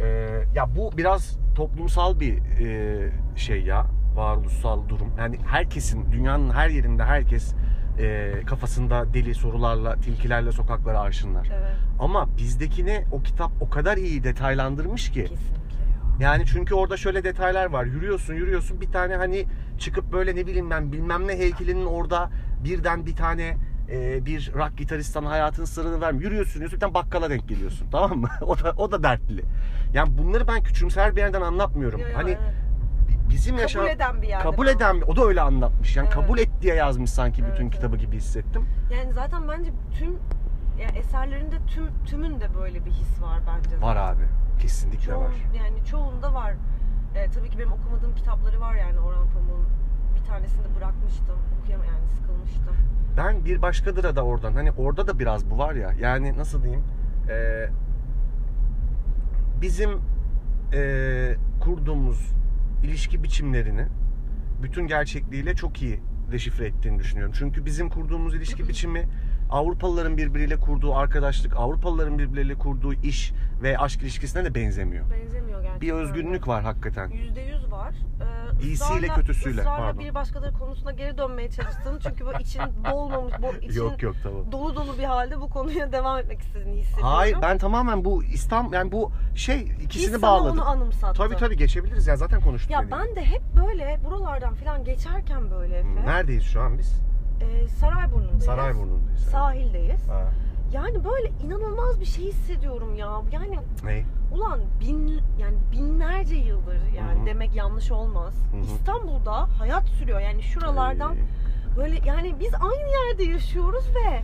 A: Ee, ya bu biraz toplumsal bir e, şey ya varoluşsal durum. Yani herkesin dünyanın her yerinde herkes e, kafasında deli sorularla tilkilerle sokaklara arşınlar.
B: Evet.
A: Ama bizdekini o kitap o kadar iyi detaylandırmış ki.
B: Kesinlikle ya.
A: Yani çünkü orada şöyle detaylar var. Yürüyorsun yürüyorsun bir tane hani çıkıp böyle ne bileyim ben bilmem ne heykelinin orada birden bir tane e, bir rock gitaristana hayatının sırrını vermiyor. Yürüyorsun yürüyorsun bir tane bakkala denk geliyorsun tamam mı? (laughs) o, da, o da dertli. Yani bunları ben küçümser bir yerden anlatmıyorum.
B: Yo, yo,
A: hani
B: evet.
A: bi- bizim yaşam...
B: kabul eden bir yerden.
A: Kabul eden bir- o da öyle anlatmış. Yani
B: Evet.
A: kabul et diye yazmış sanki
B: Evet,
A: bütün
B: evet.
A: kitabı gibi hissettim.
B: Yani zaten bence tüm yani eserlerinde tüm tümünde böyle bir his var bence.
A: Var abi. Kesinlikle
B: Çoğun,
A: var.
B: Yani çoğunda var. Ee, tabii ki benim okumadığım kitapları var yani Orhan Pamuk'un. Bir tanesini de bırakmıştım. Okuyam yani sıkılmıştım.
A: Ben bir başkadıra da oradan. Hani orada da biraz bu var ya. Yani nasıl diyeyim? Ee, bizim ee, kurduğumuz ilişki biçimlerini bütün gerçekliğiyle çok iyi deşifre ettiğini düşünüyorum. Çünkü bizim kurduğumuz ilişki biçimi Avrupalıların birbiriyle kurduğu arkadaşlık, Avrupalıların birbiriyle kurduğu iş ve aşk ilişkisine de benzemiyor.
B: Benzemiyor gerçekten.
A: Bir özgünlük var hakikaten.
B: Yüzde yüz var. Ee,
A: İyisiyle
B: ısrarla-
A: kötüsüyle,
B: ısrarla
A: pardon.
B: bir başkaları konusuna geri dönmeye çalıştığını çünkü böyle
A: (laughs)
B: için dolmamış, bo, için
A: yok tamam.
B: dolu dolu bir halde bu konuya devam etmek istediğini hissediyorum.
A: Hayır ben tamamen bu İstanbul yani bu şey ikisini
B: His sana
A: bağladım.
B: onu anımsattı.
A: Tabii tabii geçebiliriz ya zaten konuştuk.
B: Ya
A: dediğim
B: ben
A: gibi.
B: de hep böyle buralardan falan geçerken böyle Efe.
A: Hı, Hmm, Neredeyiz şu an biz?
B: Ee, Sarayburnu'ndayız.
A: Sarayburnu'ndayız.
B: Sahildeyiz.
A: Ha.
B: Yani böyle inanılmaz bir şey hissediyorum ya. Yani
A: Ne?
B: ulan bin yani binlerce yıldır yani
A: Hı hı.
B: demek yanlış olmaz.
A: Hı hı.
B: İstanbul'da hayat sürüyor. Yani şuralardan
A: Ee,
B: böyle yani biz aynı yerde yaşıyoruz ve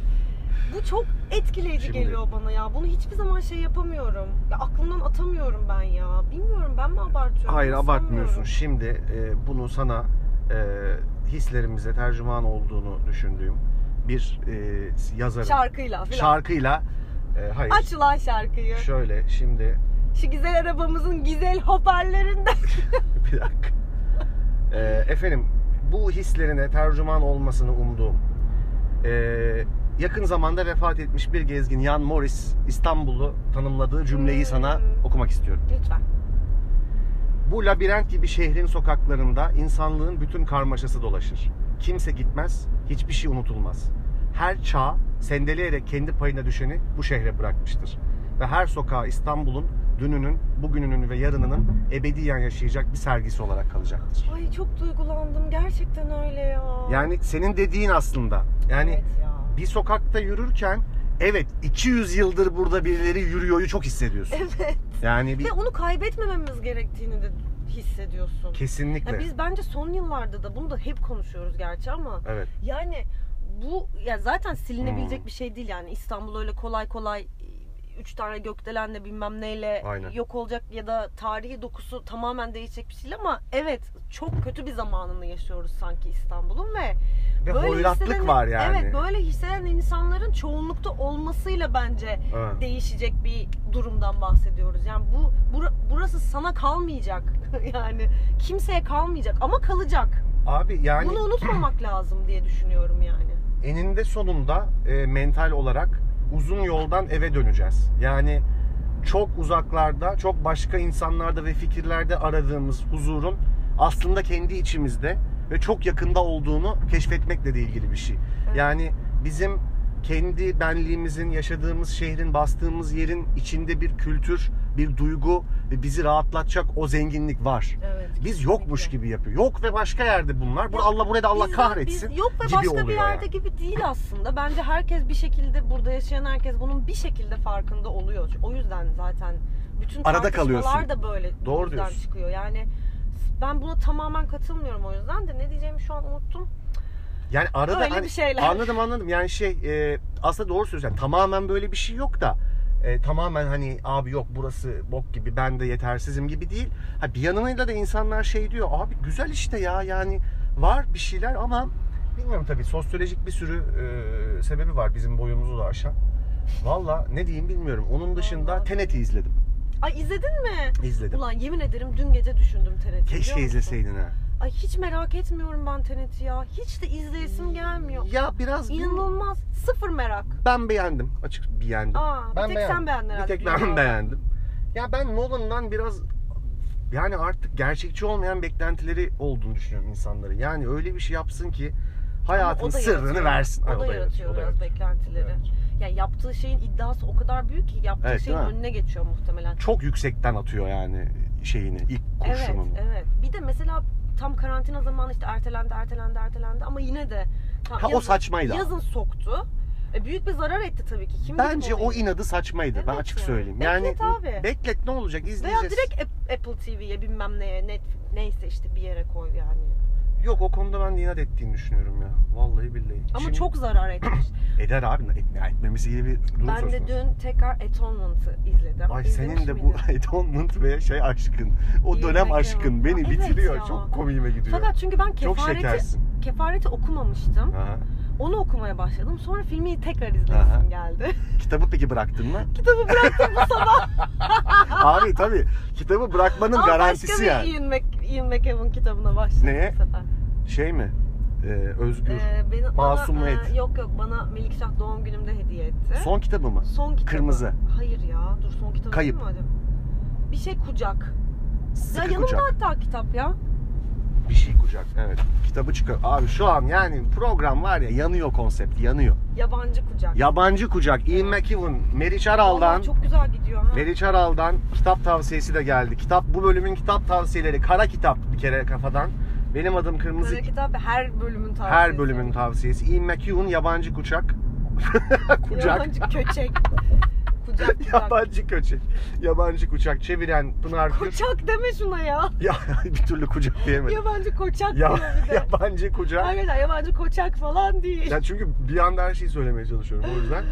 B: bu çok etkileyici
A: Şimdi-
B: geliyor bana ya. Bunu hiçbir zaman şey yapamıyorum. Ya aklımdan atamıyorum ben ya. Bilmiyorum ben mi abartıyorum?
A: Hayır
B: sanmıyorum.
A: abartmıyorsun. Şimdi e, bunu sana e, hislerimize tercüman olduğunu düşündüğüm bir e, yazarın
B: Şarkıyla falan.
A: şarkıyla e, hayır.
B: Aç ulan şarkıyı.
A: Şöyle şimdi (laughs)
B: Şu güzel arabamızın güzel hoparlöründen.
A: bir dakika. E, efendim bu hislerine tercüman olmasını umduğum e, yakın zamanda vefat etmiş bir gezgin Jan Morris İstanbul'u tanımladığı cümleyi sana
B: Hmm.
A: okumak istiyorum.
B: Lütfen.
A: Bu labirent gibi şehrin sokaklarında insanlığın bütün karmaşası dolaşır. Kimse gitmez, hiçbir şey unutulmaz. Her çağ sendeleyerek kendi payına düşeni bu şehre bırakmıştır. Ve her sokağa İstanbul'un dününün, bugününün ve yarınının ebediyen yaşayacak bir sergisi olarak kalacaktır.
B: Ay çok duygulandım. Gerçekten öyle ya.
A: Yani hani senin dediğin aslında. Yani
B: Evet ya.
A: bir sokakta yürürken evet 200 yıldır burada birileri yürüyoryu çok hissediyorsun.
B: (laughs) Evet.
A: Yani bir
B: Ve onu kaybetmememiz gerektiğini de hissediyorsun.
A: kesinlikle.
B: Ya biz bence son yıllarda da bunu da hep konuşuyoruz gerçi ama
A: Evet.
B: yani bu ya zaten silinebilecek
A: Hmm.
B: bir şey değil yani İstanbul öyle kolay kolay e, üç tane gökdelenle bilmem neyle
A: Aynen.
B: yok olacak ya da tarihi dokusu tamamen değişecek bir şey değil ama evet çok kötü bir zamanını yaşıyoruz sanki İstanbul'un ve
A: Ve hoyratlık
B: hisseden-
A: var yani.
B: Evet böyle hisseden insanların çoğunlukta olmasıyla bence
A: Evet.
B: değişecek bir durumdan bahsediyoruz. Yani bu bura- burası sana kalmayacak. (laughs) yani kimseye kalmayacak ama kalacak.
A: Abi yani
B: Bunu
A: (clears throat)
B: unutmamak lazım diye düşünüyorum yani.
A: eninde sonunda e, mental olarak uzun yoldan eve döneceğiz. Yani çok uzaklarda, çok başka insanlarda ve fikirlerde aradığımız huzurun aslında kendi içimizde ve çok yakında olduğunu keşfetmekle de ilgili bir şey.
B: Evet.
A: Yani bizim kendi benliğimizin, yaşadığımız şehrin, bastığımız yerin içinde bir kültür, bir duygu ve bizi rahatlatacak o zenginlik var.
B: Evet.
A: Biz yokmuş gibi yapıyor. Yok ve başka yerde bunlar. Bur
B: Yok,
A: Allah buraya da Allah
B: Biz-
A: kahretsin.
B: biz- yok ve
A: gibi
B: başka bir
A: oluyor
B: yerde
A: yani.
B: gibi değil aslında. Bence herkes bir şekilde burada yaşayan herkes bunun bir şekilde farkında oluyor. O yüzden zaten bütün
A: Arada
B: tartışmalar
A: kalıyorsun.
B: da böyle
A: Doğru
B: yüzden
A: diyorsun.
B: çıkıyor. Yani ben buna tamamen katılmıyorum o yüzden de ne diyeceğimi şu an unuttum.
A: Yani arada
B: Öyle
A: hani-
B: bir şeyler.
A: anladım anladım. Yani şey e, aslında doğru söylüyorsun. Yani tamamen böyle bir şey yok da e, tamamen hani abi yok burası bok gibi ben de yetersizim gibi değil. Ha bir yanıyla da insanlar şey diyor. Abi güzel işte ya yani var bir şeyler ama bilmiyorum tabii sosyolojik bir sürü e, sebebi var bizim boyumuzu da aşan. Valla ne diyeyim bilmiyorum. Onun dışında
B: Vallahi.
A: Tenet'i izledim.
B: Ay izledin mi?
A: İzledim.
B: Ulan yemin ederim dün gece düşündüm TNT'yi. biliyor
A: Keşke
B: musun?
A: izleseydin ha.
B: Ay hiç merak etmiyorum ben TNT'yi ya. Hiç de izleyesim gelmiyor.
A: Ya biraz
B: İnanılmaz. Sıfır merak.
A: ben beğendim. Açık beğendim.
B: Aa,
A: Ben
B: bir tek
A: beğendim.
B: sen beğendin
A: Bir
B: herhalde.
A: tek ben beğendim. Ya ben Nolan'dan biraz yani artık gerçekçi olmayan beklentileri olduğunu düşünüyorum insanların. Yani öyle bir şey yapsın ki hayatın
B: Ama o da
A: sırrını
B: yaratıyor.
A: versin.
B: O
A: Ay,
B: da yaratıyor biraz beklentileri.
A: Evet.
B: Yani yaptığı şeyin iddiası o kadar büyük ki yaptığı
A: Evet,
B: şeyin
A: değil mi?
B: önüne geçiyor muhtemelen.
A: Çok yüksekten atıyor yani şeyini ilk
B: Evet,
A: kurşununu.
B: evet. Bir de mesela tam karantina zamanı işte ertelendi, ertelendi, ertelendi ama yine de tam
A: Ha, o saçmaydı.
B: yazın soktu. E, büyük bir zarar etti tabii ki. Kim
A: Bence
B: bilir
A: o
B: olayı?
A: inadı saçmaydı. ben
B: Evet
A: açık
B: yani.
A: söyleyeyim. Yani
B: Beklet abi.
A: beklet ne olacak
B: Veya
A: izleyeceğiz.
B: direkt Ap- Apple TV'ye bilmem neye Netflix neyse işte bir yere koy yani.
A: Yok o konuda ben de inat ettiğini düşünüyorum ya. Vallahi billahi.
B: Ama
A: Şimdi-
B: çok zarar etmiş.
A: eder abi. Et- Etmemesi iyi bir durum söz
B: ben de
A: konusu.
B: dün tekrar Atonement'ı izledim.
A: Ay
B: İzlemiş
A: senin de bu (laughs)
B: miydin?
A: Atonement ve şey aşkın. O
B: İyi,
A: dönem
B: bekle.
A: aşkın beni
B: Aa, evet
A: bitiriyor.
B: ya.
A: Çok komiğime gidiyor.
B: Fakat çünkü ben
A: Çok
B: kefareti,
A: şekersin.
B: kefareti okumamıştım.
A: Aha.
B: Onu okumaya başladım. Sonra filmi tekrar izleyesim
A: Aha.
B: geldi. (laughs)
A: Kitabı peki bıraktın mı?
B: Kitabı bıraktım bu sabah.
A: abi tabii. Kitabı bırakmanın
B: Ama başka
A: garantisi
B: bir
A: yani.
B: Ian, Mc, Ian McEwan kitabına başladım
A: Neye?
B: bu sefer.
A: Şey mi? Ee, özgür.
B: Ee, beni,
A: Masumlu
B: bana, e,
A: et.
B: Yok yok bana Melik Şah doğum günümde hediye etti.
A: Son kitabı mı?
B: Son kitabı.
A: Kırmızı.
B: Hayır ya. Dur son kitabı
A: Kayıp.
B: değil mi acaba? Bir şey kucak. ya
A: Sıkı
B: yanımda
A: kucak.
B: hatta kitap ya.
A: Bir şey kucak. Evet. Kitabı çıkar. Abi şu an yani program var ya yanıyor konsept. Yanıyor.
B: Yabancı kucak.
A: Yabancı kucak. Ian McEwan. Meriç Aral'dan.
B: Vallahi çok güzel gidiyor ha.
A: Meriç Aral'dan kitap tavsiyesi de geldi. Kitap bu bölümün kitap tavsiyeleri kara kitap bir kere kafadan. Benim adım kırmızı
B: Kara kitap her bölümün tavsiyesi.
A: her bölümün tavsiyesi. Ian McEwan yabancı kucak. (laughs) kucak.
B: Yabancı (laughs) köçek.
A: (laughs)
B: kucak kucak.
A: Yabancı köçek. Yabancı kucak çeviren Pınar Gür.
B: Koçak deme şuna ya.
A: (laughs) Ya bir türlü kucak diyemedim.
B: Yabancı koçak
A: Ya,
B: diyor bir de.
A: yabancı kucak.
B: Arkadaşlar yabancı koçak falan değil.
A: Ya çünkü bir anda her şeyi söylemeye çalışıyorum o
B: (gasps)
A: yüzden.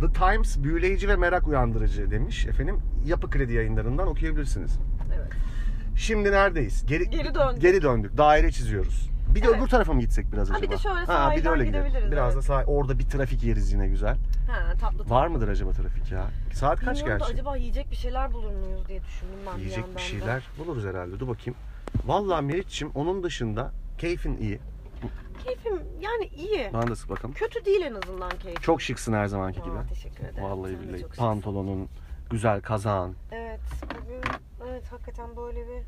A: The Times büyüleyici ve merak uyandırıcı demiş efendim. Yapı Kredi yayınlarından okuyabilirsiniz.
B: Evet.
A: Şimdi neredeyiz?
B: Geri döndük.
A: Geri döndük. Daire çiziyoruz. Bir de
B: Evet.
A: öbür tarafa mı gitsek biraz
B: Ha, bir
A: acaba?
B: de şöyle
A: bir de
B: sahilden
A: öyle gidelim.
B: gidebiliriz,
A: Biraz
B: evet.
A: da sahil. Orada bir trafik yeriz yine güzel.
B: Ha tatlı
A: Var mıdır acaba trafik ya? Saat kaç
B: Bilmiyorum da
A: gerçi?
B: acaba yiyecek bir şeyler bulur muyuz diye düşündüm ben
A: Yiyecek
B: yandan
A: bir
B: da.
A: şeyler buluruz herhalde. Dur bakayım. Vallahi Meriç'im onun dışında keyfin iyi.
B: Keyfim yani iyi.
A: Bana da sık bakalım.
B: Kötü değil en azından keyif.
A: Çok şıksın her zamanki gibi.
B: Aa, teşekkür ederim.
A: Vallahi
B: Sen de
A: billahi.
B: çok şıksın.
A: Pantolonun, güzel kazağın.
B: Evet bugün evet hakikaten böyle bir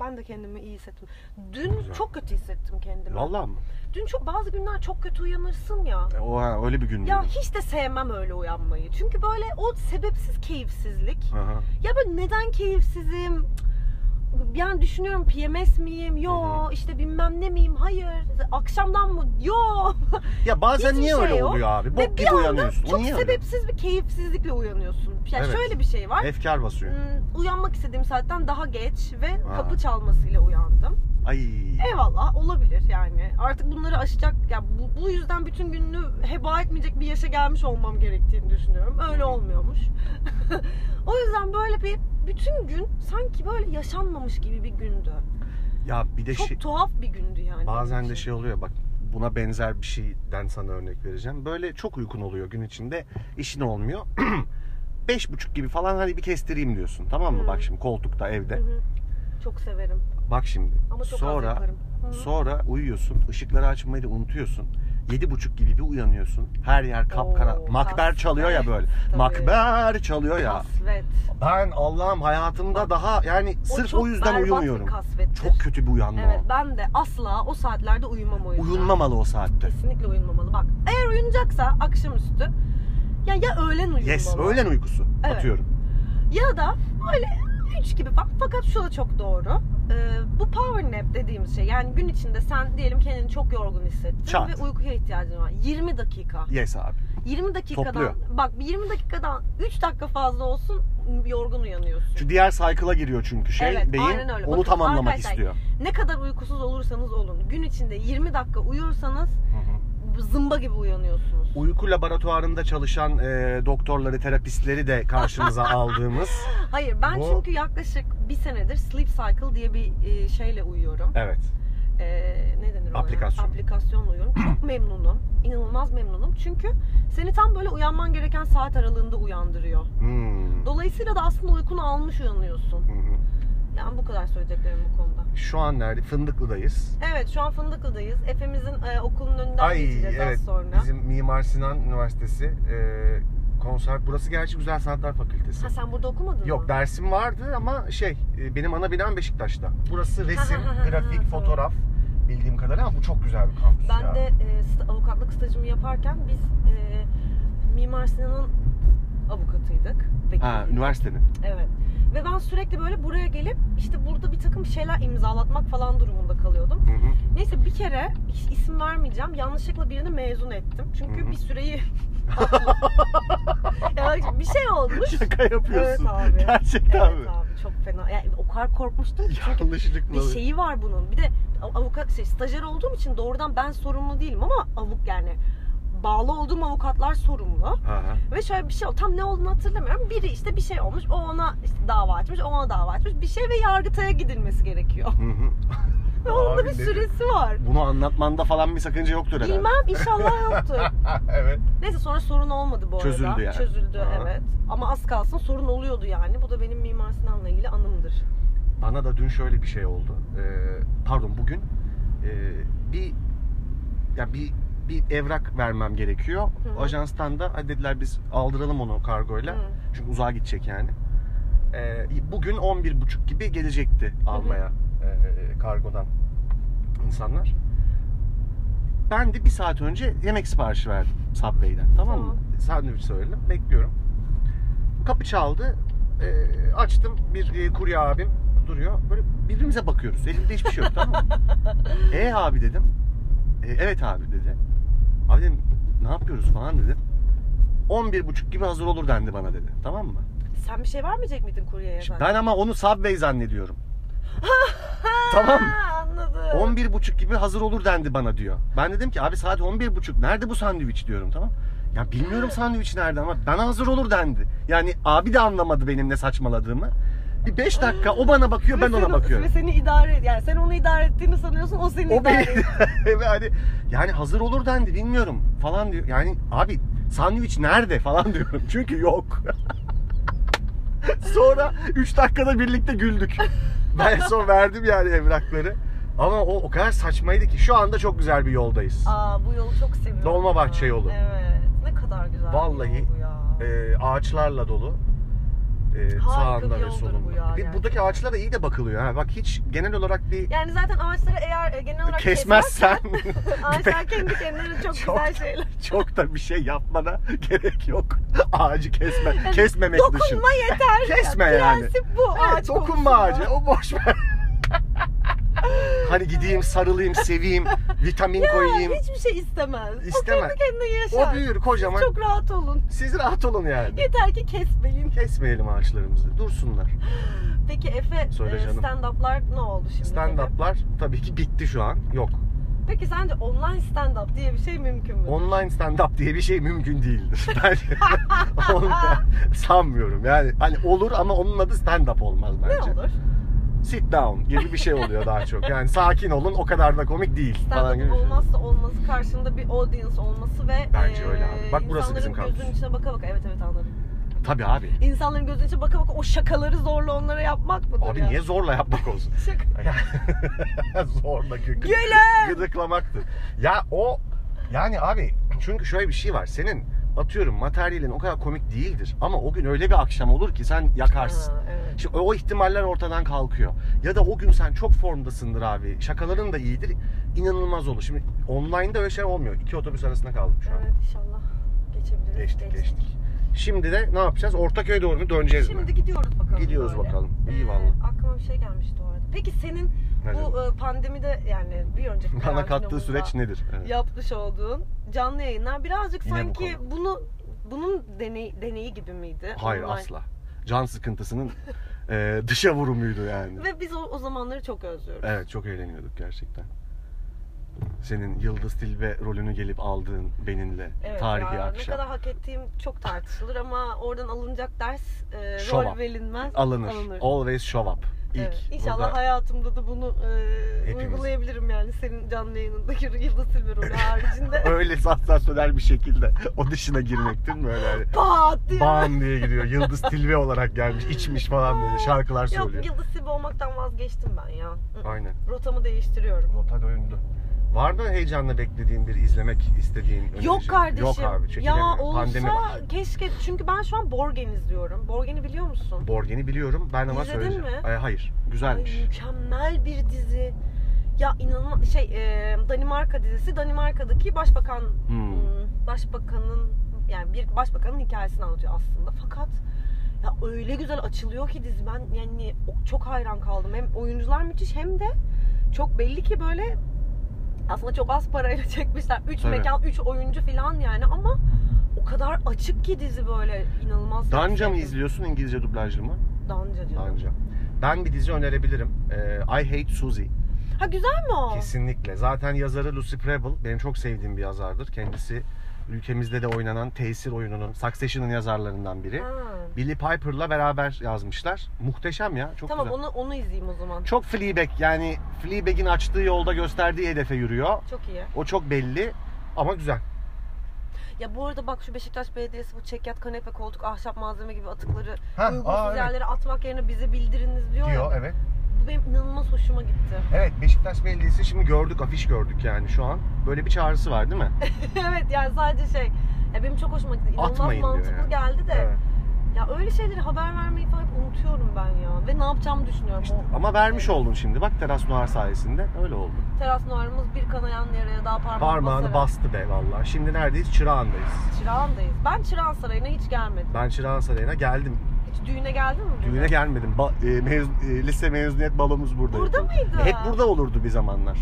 B: ben de kendimi iyi hissettim. Dün çok kötü hissettim kendimi.
A: Vallahi mı?
B: Dün çok bazı günler çok kötü uyanırsın ya.
A: E, O ha, öyle bir gün
B: Ya
A: değil.
B: hiç de sevmem öyle uyanmayı. Çünkü böyle o sebepsiz keyifsizlik.
A: Aha.
B: Ya böyle neden keyifsizim? Cık, Yani düşünüyorum PMS miyim?
A: Hı
B: Yo işte bilmem ne miyim? Hayır. Akşamdan mı?
A: (laughs)
B: Yo.
A: Ya bazen
B: Hiçbir
A: niye öyle
B: şey yok.
A: oluyor abi?
B: Ve
A: Bok
B: bir
A: gibi
B: anda
A: uyanıyorsun. o
B: Çok
A: niye öyle?
B: sebepsiz bir keyifsizlikle uyanıyorsun. Ya
A: Evet.
B: şöyle bir şey var.
A: Efkar basıyor.
B: Hmm, Uyanmak istediğim saatten daha geç ve
A: Ha.
B: kapı çalmasıyla uyandım.
A: Ay.
B: Eyvallah olabilir yani. Artık bunları aşacak ya bu, bu yüzden bütün gününü heba etmeyecek bir yaşa gelmiş olmam gerektiğini düşünüyorum. Öyle
A: Hı hı.
B: olmuyormuş. (laughs) o yüzden böyle bir bütün gün sanki böyle yaşanmamış gibi bir gündü.
A: Ya bir de
B: Çok
A: şey,
B: tuhaf bir gündü yani.
A: bazen
B: benim
A: de
B: için.
A: şey oluyor bak buna benzer bir şeyden sana örnek vereceğim. Böyle çok uykun oluyor gün içinde. işin olmuyor. (clears throat) Beş buçuk gibi falan hadi bir kestireyim diyorsun. Tamam mı?
B: Hı.
A: Bak şimdi koltukta evde.
B: Hı hı. Çok severim
A: Bak şimdi.
B: Hmm. ama çok
A: sonra
B: az yaparım. Hmm. Hı.
A: sonra uyuyorsun. ışıkları açmayı da unutuyorsun. Yedi buçuk gibi bir uyanıyorsun. Her yer kapkara.
B: Oo,
A: Makber
B: kasvet.
A: çalıyor ya böyle.
B: Tabii.
A: Makber çalıyor ya.
B: Kasvet.
A: Ben Allah'ım hayatımda daha yani
B: O
A: sırf
B: çok
A: o yüzden
B: berbat bir
A: uyumuyorum.
B: kasvettir.
A: Çok kötü bir uyanma
B: Evet
A: o.
B: ben de asla o saatlerde uyumam o yüzden.
A: Uyunmamalı o saatte.
B: Kesinlikle uyunmamalı. Bak eğer uyunacaksa akşamüstü ya ya öğlen uyunmalı.
A: Yes, öğlen uykusu
B: Evet.
A: atıyorum.
B: Ya da böyle 3 gibi bak. Fakat şu da çok doğru. Ee, bu power nap dediğimiz şey yani gün içinde sen diyelim kendini çok yorgun hissettin
A: Çat.
B: ve uykuya ihtiyacın var. 20 dakika.
A: Yes abi.
B: 20 dakikadan
A: Topluyor.
B: bak bir 20 dakikadan 3 dakika fazla olsun yorgun uyanıyorsun.
A: Şu diğer cycle'a giriyor çünkü şey
B: Evet,
A: beyin
B: aynen öyle.
A: onu
B: Bakın
A: tamamlamak
B: arkadaşlar,
A: istiyor.
B: Ne kadar uykusuz olursanız olun gün içinde 20 dakika uyursanız
A: Hı hı.
B: zımba gibi uyanıyorsunuz.
A: Uyku laboratuvarında çalışan e, doktorları, terapistleri de
B: (laughs)
A: karşımıza aldığımız.
B: Hayır ben
A: Bu-
B: çünkü yaklaşık bir senedir Sleep Cycle diye bir e, şeyle uyuyorum.
A: Evet.
B: Ee, ne denir ona?
A: Aplikasyon.
B: Aplikasyonla uyuyorum.
A: (clears throat)
B: Çok memnunum. İnanılmaz memnunum. Çünkü seni tam böyle uyanman gereken saat aralığında uyandırıyor.
A: Hmm.
B: Dolayısıyla da aslında uykunu almış uyanıyorsun.
A: Hı hı.
B: Yani bu kadar söyleyeceklerim bu konuda.
A: Şu an nerede? Fındıklı'dayız.
B: Evet şu an Fındıklı'dayız. Efe'mizin e, okulun önünden
A: Ay
B: geçeceğiz
A: evet.
B: az sonra.
A: Bizim Mimar Sinan Üniversitesi e, konser. Burası gerçi Güzel Sanatlar Fakültesi.
B: Ha sen burada okumadın mı?
A: Yok dersim vardı ama şey e, benim ana binam Beşiktaş'ta. Burası
B: (laughs)
A: resim, grafik, fotoğraf bildiğim kadarıyla ama bu çok güzel bir kampüs
B: Ben
A: ya.
B: de e, sta- avukatlık stajımı yaparken biz e, Mimar Sinan'ın avukatıydık.
A: Ha,
B: Vekiliydik.
A: üniversitenin.
B: Evet. Ve ben sürekli böyle buraya gelip işte burada bir takım şeyler imzalatmak falan durumunda kalıyordum.
A: Hı hı.
B: Neyse bir kere hiç isim vermeyeceğim. Yanlışlıkla birini mezun ettim. Çünkü
A: Hı hı.
B: bir süreyi (laughs) yani bir şey olmuş.
A: (laughs) Şaka yapıyorsun.
B: Evet abi.
A: Gerçekten
B: Evet
A: mi?
B: abi çok fena. Yani o kadar korkmuştum ki
A: (laughs)
B: çünkü
A: Yanlışlıkla.
B: bir şey- şeyi var bunun. Bir de av- avukat şey, stajyer olduğum için doğrudan ben sorumlu değilim ama avuk yani bağlı olduğum avukatlar sorumlu.
A: Aha.
B: Ve şöyle bir şey oldu. Tam ne olduğunu hatırlamıyorum. Biri işte bir şey olmuş. O ona işte dava açmış. O ona dava açmış. Bir şey ve yargıtaya gidilmesi gerekiyor. (laughs)
A: Hı hı.
B: Ve onun da
A: Abi
B: bir
A: ne-
B: süresi var.
A: Bunu anlatmanda falan bir sakınca yoktur herhalde.
B: Bilmem inşallah yoktur.
A: (laughs) evet.
B: Neyse sonra sorun olmadı bu arada.
A: Çözüldü yani.
B: Çözüldü
A: Aha.
B: evet. Ama az kalsın sorun oluyordu yani. Bu da benim Mimar Sinan'la ilgili anımdır.
A: Bana da dün şöyle bir şey oldu. Ee, pardon bugün ee, bir ya bir bir evrak vermem gerekiyor.
B: Hı hı.
A: Ajanstan da "Hadi" dediler biz aldıralım onu kargoyla.
B: Hı.
A: Çünkü uzağa gidecek yani. Ee, bugün 11.30 gibi gelecekti almaya e, kargodan insanlar. Ben de bir saat önce yemek siparişi verdim Subway'den. Tamam mı? Sandviç söyledim. Bekliyorum. Kapı çaldı. Ee, açtım. Bir e, kurye abim duruyor. Böyle birbirimize bakıyoruz. Elimde hiçbir şey yok tamam mı? E abi dedim. "E, evet abi dedi. Abi dedim ne yapıyoruz falan dedim. 11.30 gibi hazır olur dendi bana dedi. Tamam mı?
B: Sen bir şey vermeyecek miydin kuryeye
A: Şimdi
B: zaten?
A: ben ama onu Subway zannediyorum. tamam.
B: Ha, anladım.
A: 11.30 gibi hazır olur dendi bana diyor. Ben dedim ki abi saat 11.30 nerede bu sandviç diyorum tamam. Ya bilmiyorum sandviç nerede ama bana hazır olur dendi. Yani abi de anlamadı benim ne saçmaladığımı. Bir 5 dakika o bana bakıyor ben
B: Ve
A: ona
B: seni-
A: bakıyorum.
B: Ve seni idare et. Yani sen onu idare ettiğini sanıyorsun. O seni
A: O
B: idare
A: beni (laughs)
B: ediyor.
A: Ve hani yani hazır olur dendi bilmiyorum falan diyor. Yani abi sandviç nerede falan (laughs) diyorum. Çünkü yok. (laughs) sonra 3 dakikada birlikte güldük. Ben son verdim yani evrakları. Ama o o kadar saçmaydı ki şu anda çok güzel bir yoldayız.
B: Aa bu yolu çok seviyorum.
A: Dolmabahçe
B: ya.
A: yolu.
B: Evet. Ne kadar güzel
A: Vallahi, e,
B: bir yol bu ya.
A: Ee, ağaçlarla dolu. e,
B: Harika bir
A: sağında ve
B: yoldur
A: solunda.
B: bu ya
A: Bir
B: gerçekten.
A: buradaki ağaçlara iyi de bakılıyor. Ha. Bak hiç genel olarak bir
B: Yani zaten ağaçları eğer e, genel olarak
A: kesmezsen (laughs)
B: kesmezsen, (laughs) ağaçlar kendi kendilerine çok,
A: Çok-
B: güzel şeyler.
A: çok da bir şey yapmana (laughs) gerek yok. Ağacı
B: (laughs)
A: kesme, (laughs) kesmemek dışında.
B: Dokunma
A: (laughs)
B: yeter.
A: Kesme yani.
B: Prensip bu
A: Evet,
B: ağaç
A: dokunma
B: konusunda.
A: ağaca. O boş
B: (laughs)
A: ver. hani gideyim sarılayım, seveyim, vitamin
B: Ya
A: koyayım.
B: hiçbir şey istemez. O
A: İstemez.
B: kendi kendine yaşar.
A: O büyür kocaman.
B: Çok rahat olun.
A: Siz rahat olun yani.
B: Yeter ki kesmeyin.
A: Kesmeyelim ağaçlarımızı. Dursunlar.
B: Peki Efe e,
A: Söyle canım.
B: stand-up'lar ne oldu şimdi?
A: Stand-up'lar tabii ki bitti şu an. Yok.
B: Peki sence online stand-up diye bir şey mümkün mü?
A: Online stand-up diye bir şey mümkün değildir. (laughs)
B: (laughs)
A: Ben onu sanmıyorum. Yani hani olur ama onun adı stand-up olmaz bence.
B: ne olur?
A: Sit down gibi bir şey oluyor daha çok. Yani sakin olun o kadar da komik değil falan gibi. bir
B: Stand-up
A: şey.
B: olmazsa olması karşında bir audience olması ve
A: Bence
B: e,
A: öyle abi. Bak burası bizim
B: insanların gözünün
A: kampüs.
B: içine baka baka evet evet anladım.
A: Tabii abi.
B: İnsanların gözünün içine baka baka o şakaları zorla onlara yapmak mıdır
A: Abi
B: ya?
A: niye zorla yapmak olsun? (laughs)
B: Şaka.
A: zorla gık-
B: Gülün!
A: gıdıklamaktır. Ya o yani abi çünkü şöyle bir şey var. Senin atıyorum materyalin o kadar komik değildir ama o gün öyle bir akşam olur ki sen yakarsın.
B: Ha, evet.
A: Şimdi o ihtimaller ortadan kalkıyor. Ya da o gün sen çok formdasındır abi. Şakaların da iyidir. İnanılmaz olur. Şimdi online'da öyle şey olmuyor. İki otobüs arasında kaldık şu an.
B: Evet inşallah geçebiliriz.
A: Geçtik, geçtik. Şimdi de ne yapacağız? Ortaköy'e doğru mu döneceğiz mi?
B: Şimdi gidiyoruz bakalım.
A: Gidiyoruz
B: böyle.
A: bakalım. İyi
B: Ee,
A: vallahi.
B: aklıma bir şey gelmişti o arada. Peki senin
A: Ne
B: (laughs) bu e, pandemide yani bir önceki
A: Bana kattığı
B: karantinamızda
A: süreç nedir? Evet.
B: yapmış olduğun canlı yayınlar birazcık
A: Yine bu
B: sanki bunu bunun deney, deneyi gibi miydi?
A: Hayır
B: Online.
A: asla. Can sıkıntısının (laughs) e, dışa vurumuydu yani.
B: Ve biz o, o zamanları çok özlüyoruz.
A: Evet çok eğleniyorduk gerçekten. Senin Yıldız Tilbe rolünü gelip aldığın benimle
B: Evet
A: tarihi
B: ya,
A: akşam.
B: Ne kadar hak ettiğim çok tartışılır ama oradan alınacak ders e,
A: Şov
B: rol
A: up.
B: verilmez.
A: Alınır.
B: alınır.
A: Always show up. İlk.
B: Evet, İnşallah
A: Burada-
B: hayatımda da bunu e,
A: Hepimiz.
B: uygulayabilirim yani senin canlı yayınındaki Yıldız Silver
A: (laughs)
B: rolü haricinde.
A: (laughs) Öyle sansasyonel bir şekilde o dışına girmek değil mi? Öyle hani
B: Pat diye.
A: bam diye gidiyor. Yıldız Tilbe olarak gelmiş, içmiş falan böyle şarkılar söylüyor.
B: Yok Yıldız Silver olmaktan vazgeçtim ben ya. Hı.
A: Aynen.
B: Rotamı değiştiriyorum.
A: Rota döndü. Var mı heyecanla beklediğin bir izlemek istediğin?
B: Yok
A: önerici?
B: kardeşim.
A: Yok abi çekilemiyor.
B: ya
A: Pandemi var.
B: olsa keşke çünkü ben şu an Borgen izliyorum. Borgen'i biliyor musun?
A: Borgen'i biliyorum. Ben ama
B: İzledin
A: söyleyeceğim.
B: mi?
A: Ay, hayır.
B: Ay,
A: Güzelmiş.
B: mükemmel bir dizi. Ya inanılmaz şey e, Danimarka dizisi Danimarka'daki başbakan
A: Hmm.
B: ım, başbakanın yani bir başbakanın hikayesini anlatıyor aslında. Fakat ya öyle güzel açılıyor ki dizi ben yani o- çok hayran kaldım. Hem oyuncular müthiş hem de çok belli ki böyle aslında çok az parayla (laughs) çekmişler. 3
A: Tabii.
B: mekan, 3 oyuncu falan yani ama o kadar açık ki dizi böyle inanılmaz.
A: Danca mı
B: Sevdim.
A: izliyorsun İngilizce dublajlı mı?
B: Danca diyorum.
A: Danca. Ben bir dizi önerebilirim. Ee, I Hate Suzy.
B: Ha güzel mi o?
A: Kesinlikle. Zaten yazarı Lucy Preble. Benim çok sevdiğim bir yazardır. Kendisi ülkemizde de oynanan tesir oyununun, Succession'ın yazarlarından biri.
B: Ha.
A: Billy Piper'la beraber yazmışlar. Muhteşem ya. Çok
B: tamam
A: güzel.
B: onu onu izleyeyim o zaman.
A: Çok Fleabag yani Fleabag'in açtığı yolda gösterdiği hedefe yürüyor.
B: Çok iyi.
A: O çok belli ama güzel.
B: Ya bu arada bak şu Beşiktaş Belediyesi bu çekyat, kanepe, koltuk, ahşap malzeme gibi atıkları
A: Ha,
B: uygunsuz
A: aa, evet.
B: yerlere atmak yerine bize bildiriniz diyor. ya.
A: evet.
B: Bu benim inanılmaz hoşuma gitti. (laughs)
A: Evet Beşiktaş Belediyesi şimdi gördük afiş gördük yani şu an. Böyle bir çağrısı var
B: (laughs)
A: değil mi?
B: evet yani sadece şey. Ya benim çok hoşuma gitti. İnanılmaz
A: Atmayın diyor
B: mantıklı
A: yani.
B: geldi de. Ya öyle şeyleri haber vermeyi falan hep unutuyorum ben ya. Ve ne yapacağımı düşünüyorum.
A: İşte,
B: o
A: ama vermiş oldun şimdi. Bak Teras Noir sayesinde öyle oldu.
B: teras numaramız bir kanayan yaraya daha parmak
A: Parmağını
B: basarak.
A: bastı be vallahi. Şimdi neredeyiz? Çırağan'dayız.
B: Çırağan'dayız. Ben Çırağan Sarayı'na hiç gelmedim.
A: Ben Çırağan Sarayı'na geldim.
B: Hiç düğüne geldin mi?
A: Düğüne
B: burada?
A: gelmedim. Ba- e, mezun- e, lise mezuniyet balomuz burada.
B: Burada
A: yapıldı.
B: mıydı?
A: Hep burada olurdu bir zamanlar.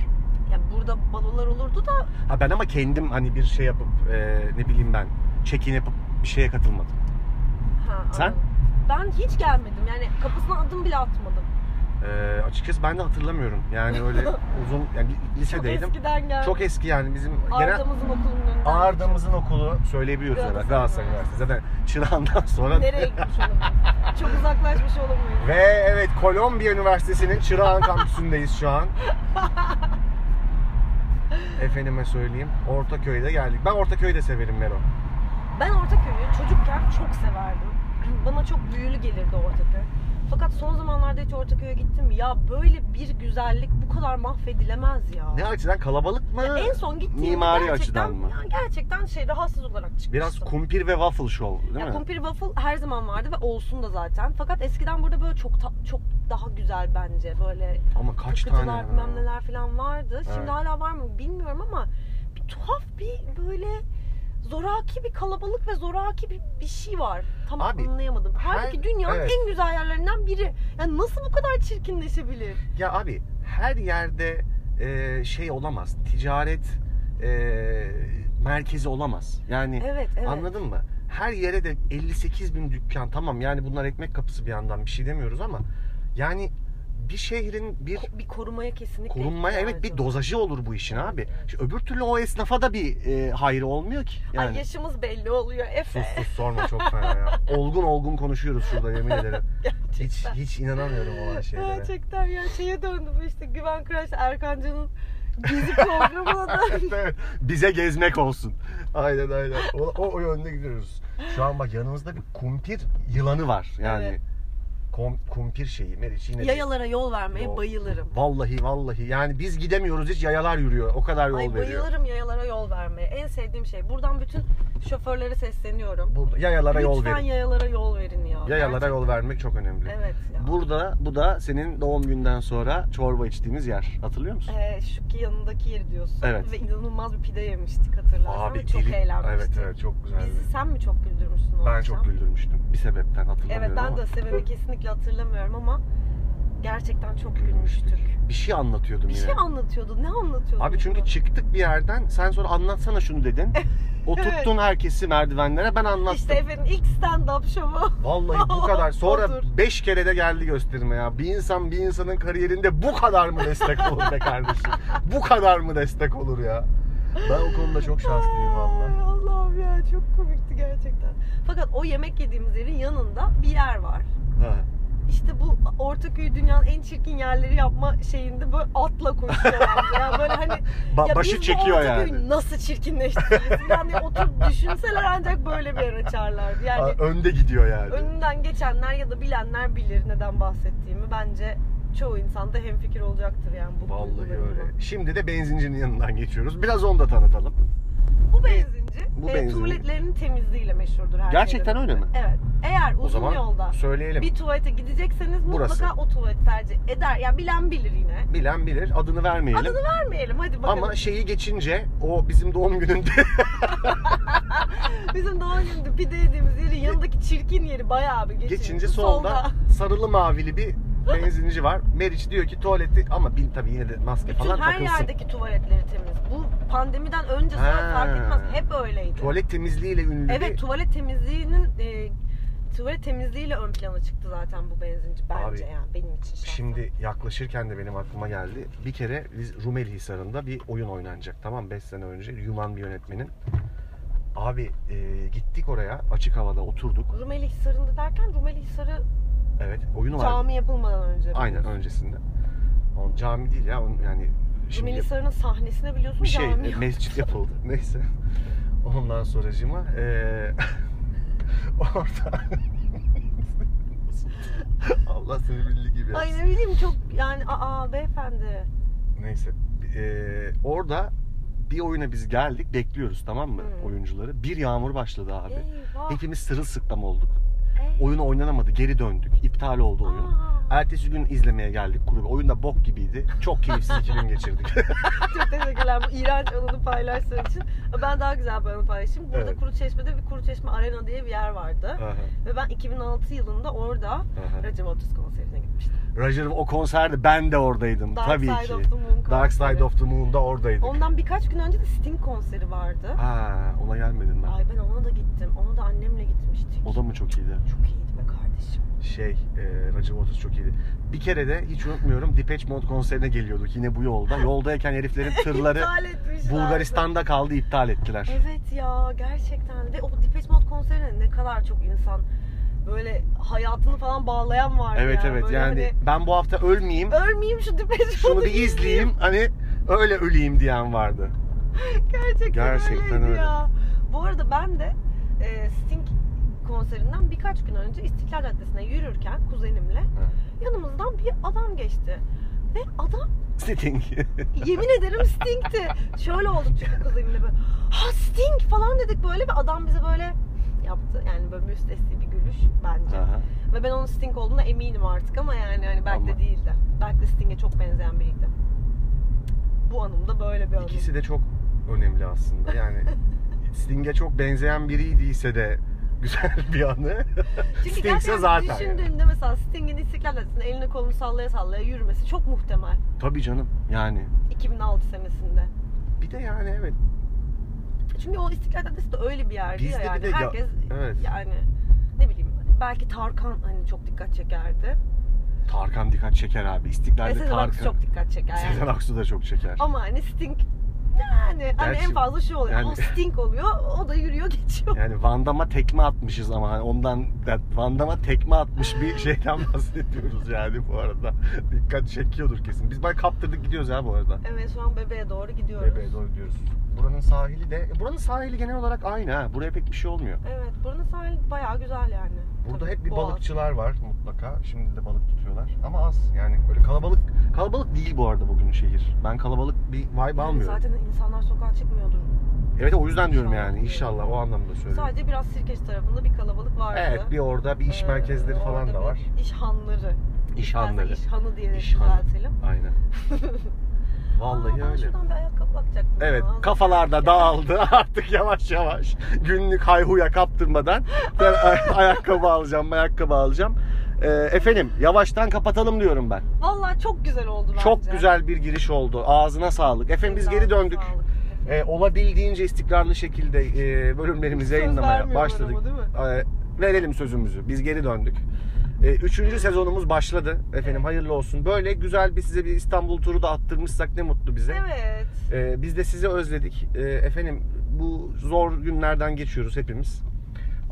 B: Ya burada balolar olurdu da
A: Ha ben ama kendim hani bir şey yapıp e, ne bileyim ben check-in yapıp bir şeye katılmadım.
B: Ha,
A: Sen?
B: anladım. Ben hiç gelmedim. Yani kapısına adım bile atmadım.
A: E, açıkçası ben de hatırlamıyorum. Yani
B: (laughs)
A: öyle uzun yani li-
B: Çok
A: lisedeydim. Çok eski,
B: eskiden geldim.
A: yani bizim genel
B: Arda'mızın okulunun önünden.
A: Ağırdamızın okulu söyleyebiliyoruz herhalde.
B: Galatasaray
A: Galatasaray Üniversitesi. Zaten Çırağan'dan (laughs) sonra
B: Nereye gitmiş olamayız? Çok uzaklaşmış olamayız.
A: Ve evet Kolombiya Üniversitesi'nin Çırağan kampüsündeyiz şu
B: (laughs)
A: an. Efendime söyleyeyim. Ortaköy'de geldik. Ben Ortaköy'ü de severim Mero.
B: Ben Ortaköy'ü çocukken çok severdim. Bana çok büyülü gelirdi Ortaköy. Fakat son zamanlarda hiç Ortaköy'e gittim. Ya böyle bir güzellik bu kadar mahvedilemez ya.
A: Ne açıdan kalabalık mı?
B: Ya en son gittiğimde
A: Mimari
B: gerçekten,
A: açıdan mı?
B: ya gerçekten şey rahatsız olarak çıkmıştım.
A: Biraz kumpir ve waffle show değil
B: Ya
A: mi?
B: kumpir waffle her zaman vardı ve olsun da zaten. Fakat eskiden burada böyle çok ta- çok daha güzel bence. Böyle
A: Ama kaç tane?
B: kıtılar
A: ya?
B: bilmem neler falan vardı. Şimdi
A: Evet.
B: hala var mı bilmiyorum ama bir tuhaf bir böyle zoraki bir kalabalık ve zoraki bir, bir şey var. Tam
A: Abi,
B: anlayamadım.
A: her-
B: Halbuki dünyanın
A: evet.
B: en güzel yerlerinden biri. Yani nasıl bu kadar çirkinleşebilir?
A: Ya abi her yerde e, şey olamaz. Ticaret e, merkezi olamaz. Yani
B: Evet, evet.
A: Anladın mı? Her yere de 58 bin dükkan tamam yani bunlar ekmek kapısı bir yandan bir şey demiyoruz ama yani bir şehrin bir
B: Ko- bir korumaya kesinlikle
A: korunmaya evet bir
B: ihtiyacı var.
A: dozajı olur bu işin abi. Şimdi öbür türlü o esnafa da bir e, hayrı olmuyor ki. Yani.
B: Ay yaşımız belli oluyor Efe.
A: Sus sus sorma çok fena
B: (laughs)
A: ya. Olgun olgun konuşuyoruz şurada yemin ederim. Hiç
B: Gerçekten.
A: hiç inanamıyorum olan şeylere.
B: Gerçekten ya şeye döndü bu işte Güven Kıraş Erkancan'ın gezi programına
A: (laughs)
B: döndü.
A: Evet, Bize gezmek olsun. Aynen aynen. O, o, o yönde gidiyoruz. Şu an bak yanımızda bir kumpir yılanı var. Yani
B: Evet.
A: Kom- kumpir şeyi Meriç yine. de-
B: Yayalara yol vermeye
A: Yol.
B: bayılırım.
A: Vallahi vallahi yani biz gidemiyoruz hiç yayalar yürüyor. O kadar yol
B: Ay
A: veriyor.
B: bayılırım yayalara yol vermeye. En sevdiğim şey. Buradan bütün şoförlere sesleniyorum.
A: Burada yayalara yol
B: Lütfen
A: verin.
B: yayalara yol verin ya.
A: Yayalara yol
B: Gerçekten.
A: vermek çok önemli.
B: Evet ya.
A: Burada bu da senin doğum günden sonra çorba içtiğimiz yer. Hatırlıyor musun?
B: Ee, Şükrü yanındaki yeri diyorsun.
A: Evet.
B: Ve inanılmaz bir pide yemiştik hatırlarsan. ve çok
A: deli- Evet
B: eğlenmiştik.
A: evet çok güzeldi.
B: Bizi sen mi çok güldürmüştün o
A: Ben
B: akşam?
A: çok güldürmüştüm. Bir sebepten hatırlamıyorum
B: Evet ben
A: ama.
B: de sebebi kesinlikle hatırlamıyorum ama gerçekten çok gülmüştük.
A: Bir şey anlatıyordum
B: Bir
A: yine.
B: şey anlatıyordu. Ne anlatıyordu?
A: Abi çünkü çıktık bir yerden sen sonra anlatsana şunu
B: (laughs)
A: dedin. Oturttun herkesi merdivenlere ben anlattım.
B: İşte efendim ilk stand-up şovu.
A: Vallahi
B: (laughs)
A: bu kadar. Sonra
B: Otur.
A: 5 kere de geldi gösterime ya. Bir insan bir insanın kariyerinde bu kadar mı destek olur be kardeşim? Bu kadar mı destek olur ya? Ben o konuda çok şanslıyım vallahi.
B: Ay Allah'ım ya çok komikti gerçekten. Fakat o yemek yediğimiz yerin yanında bir yer var.
A: Ha.
B: İşte bu Ortaköy dünyanın en çirkin yerleri yapma şeyinde böyle
A: (laughs)
B: atla koşuyorlar. ya böyle hani
A: Ba-
B: ya biz
A: başı
B: bu
A: çekiyor
B: Ortaköy'ü
A: yani.
B: nasıl çirkinleştiririz? Yani oturup düşünseler ancak böyle bir yer açarlardı. Yani
A: Ha, Önde gidiyor yani.
B: önünden geçenler ya da bilenler bilir neden bahsettiğimi. Bence çoğu insanda hemfikir olacaktır yani bu
A: Vallahi
B: duygularımla.
A: öyle. Şimdi de benzincinin yanından geçiyoruz. Biraz onu da tanıtalım.
B: Bu benzinci,
A: Bu
B: e,
A: benzinci.
B: tuvaletlerinin temizliğiyle meşhurdur her
A: Gerçekten
B: şeyden
A: öyle mi?
B: önce. Evet. Eğer uzun
A: o zaman
B: yolda
A: söyleyelim.
B: bir tuvalete gidecekseniz
A: Burası.
B: mutlaka o tuvalet tercih eder. Ya bilen bilir yine.
A: Bilen bilir. Adını vermeyelim.
B: Adını vermeyelim hadi bakalım.
A: Ama şeyi geçince o bizim doğum gününde
B: (laughs) Bizim doğum gününde pide yediğimiz yerin yanındaki çirkin yeri bayağı bir geçince,
A: geçince solda sarılı mavili bir benzinci var. Meriç diyor ki tuvaleti ama bil tabii yine de maske
B: Bütün
A: E, falan
B: her
A: takılsın.
B: yerdeki tuvaletleri temiz. Bu pandemiden önce sonra
A: Ha.
B: fark etmez. Hep öyleydi.
A: Tuvalet temizliğiyle ünlü bir
B: Evet tuvalet temizliğinin e, tuvalet temizliğiyle ön plana çıktı zaten bu benzinci bence
A: Abi,
B: yani benim için şahsen.
A: Şimdi yaklaşırken de benim aklıma geldi. Bir kere biz Rumeli Hisarı'nda bir oyun oynanacak. Tamam 5 sene önce Yunan bir yönetmenin. Abi e, gittik oraya açık havada oturduk.
B: Rumeli Hisarı'nda derken Rumeli Hisarı
A: Evet oyunu var.
B: cami yapılmadan önce.
A: Aynen öncesinde. Onun cami değil ya onun yani şimdi
B: Rumeli Hisarı'nın sahnesine biliyorsun
A: bir şey
B: cami.
A: e, mescit
B: (laughs)
A: yapıldı. Neyse. Ondan sonracığıma e, (laughs) orada (laughs) Allah seni bildiği gibi.
B: Ay
A: yapsın.
B: ne bileyim çok yani aa beyefendi.
A: Neyse. Ee, orada bir oyuna biz geldik. Bekliyoruz tamam mı
B: Hı.
A: oyuncuları. Bir yağmur başladı abi.
B: Hmm. Eyvah.
A: Hepimiz sırılsıklam olduk.
B: ey-
A: Oyunu oynanamadı. Geri döndük. İptal oldu oyun. Er-
B: Aa,
A: Ertesi gün izlemeye geldik grubu. Oyun da bok gibiydi. Çok keyifsiz iki gün
B: (laughs)
A: geçirdik.
B: çok teşekkürler bu iğrenç anını paylaştığın için. Ben daha güzel bir anı paylaşayım. Burada
A: Evet.
B: Kuruçeşme'de bir Kuruçeşme Arena diye bir yer vardı.
A: Aha,
B: Ve ben 2006 yılında orada
A: aha.
B: Recep Otuz konserine gitmiştim.
A: Roger o konserde ben de oradaydım.
B: Dark
A: Tabii
B: Side
A: ki.
B: of the Moon
A: Dark
B: konseri.
A: Side of the Moon'da oradaydık.
B: Ondan birkaç gün önce de Sting konseri vardı.
A: Ha, ona gelmedim ben.
B: Ay ben ona da gittim. Ona da annemle gitmiştik.
A: O da mı çok iyiydi?
B: Çok iyiydi be kardeşim. (laughs)
A: şey e, Roger Waters çok iyiydi. Bir kere de hiç unutmuyorum Depeche Mode konserine geliyorduk yine bu
B: (laughs)
A: yolda. Yoldayken heriflerin tırları
B: İptal etmişlerdi.
A: Bulgaristan'da kaldı iptal ettiler.
B: Evet ya gerçekten. Ve o Depeche Mode konserine ne kadar çok insan böyle hayatını falan bağlayan var
A: Evet
B: ya.
A: evet
B: Böyle
A: yani ben bu hafta ölmeyeyim
B: Hani, ölmeyeyim şu Depeche Mode'u (laughs)
A: şunu bir izleyeyim hani öyle öleyim diyen vardı. (laughs)
B: Gerçekten,
A: Gerçekten
B: öyleydi
A: öyle.
B: ya. Bu arada ben de e, Sting konserinden birkaç gün önce İstiklal Caddesi'ne yürürken kuzenimle yanımızdan bir adam geçti. Ve adam
A: Sting.
B: yemin
A: (laughs)
B: ederim Sting'ti. Şöyle olduk çünkü kuzenimle böyle. Ha Sting falan dedik böyle ve adam bize böyle yaptı. Yani böyle müstesni bir gülüş bence.
A: Aha.
B: Ve ben onun Sting olduğuna eminim artık ama yani hani belki de
A: Ama-
B: değildi. Belki de Sting'e çok benzeyen biriydi. Bu anım da böyle bir anım.
A: İkisi de çok önemli aslında.
B: (laughs)
A: Yani Sting'e çok benzeyen biriydiyse de güzel bir anı.
B: Çünkü
A: Sting'se
B: gerçekten
A: zaten
B: düşündüğümde mesela Sting'in İstiklal Caddesi'nde elini kolunu sallaya sallaya yürümesi çok muhtemel.
A: Tabii canım yani.
B: 2006 senesinde.
A: Bir de yani evet.
B: Çünkü o İstiklal Caddesi de öyle bir yerdi
A: Bizde
B: ya
A: bir
B: yani.
A: de ya-
B: Herkes
A: evet.
B: yani ne bileyim belki Tarkan hani çok dikkat çekerdi.
A: Tarkan dikkat çeker abi. İstiklal'de
B: Sezen
A: Tarkan.
B: Aksu çok dikkat çeker. yani.
A: Sezen Aksu da çok çeker.
B: Ama hani Sting yani hani
A: Gerçi-
B: en fazla şu oluyor.
A: yani-
B: "Aa, Sting oluyor. O da yürüyor (laughs) geçiyor.
A: Yani Van Damme'a tekme atmışız ama hani ondan da- Van Damme'a tekme atmış bir şeyden (laughs) bahsediyoruz yani bu arada. Dikkat çekiyordur kesin. Biz bak kaptırdık gidiyoruz ya bu arada.
B: Evet şu an bebeğe doğru gidiyoruz.
A: Bebeğe doğru gidiyoruz. Buranın sahili de e, buranın sahili genel olarak aynı ha. Buraya pek bir şey olmuyor.
B: Evet buranın sahili bayağı güzel yani.
A: Burada
B: Tabii,
A: hep bir
B: boğaz.
A: balıkçılar var mutlaka. Şimdi de balık tutuyorlar. Ama az yani böyle kalabalık kalabalık değil bu arada bugün şehir. Ben kalabalık bir vibe
B: Yani
A: almıyorum.
B: Zaten insanlar sokağa çıkmıyordur.
A: Evet o yüzden diyorum
B: İnşallah.
A: yani inşallah o anlamda söylüyorum.
B: Sadece biraz Sirkeş tarafında bir kalabalık vardı.
A: Evet bir orada bir iş
B: Ee,
A: merkezleri falan
B: orada
A: da
B: bir
A: var.
B: İş hanları.
A: İş
B: İstersen
A: hanları.
B: İş hanı diye
A: İş hanı.
B: düzeltelim. (laughs)
A: Aynen.
B: Aa,
A: Vallahi
B: ben
A: öyle.
B: şuradan bir ayakkabı bakacaktım.
A: Evet
B: ya.
A: kafalarda dağıldı (laughs) artık yavaş yavaş günlük hayhuya kaptırmadan ben
B: (laughs)
A: ay- ayakkabı alacağım ayakkabı alacağım. Ee, efendim yavaştan kapatalım diyorum ben.
B: Vallahi çok güzel oldu bence.
A: Çok güzel bir giriş oldu ağzına sağlık. Efendim biz geri
B: Sağlık,
A: döndük.
B: sağlık.
A: Ee, olabildiğince istikrarlı şekilde e, bölümlerimizi
B: Söz
A: yayınlamaya
B: vermiyorum
A: başladık.
B: ama, değil mi?
A: Ee, verelim sözümüzü. Biz geri döndük. Ee, üçüncü sezonumuz başladı. Efendim
B: Evet.
A: hayırlı olsun. Böyle güzel bir size bir İstanbul turu da attırmışsak ne mutlu bize.
B: Evet.
A: Ee, biz de sizi özledik. Ee, efendim bu zor günlerden geçiyoruz hepimiz.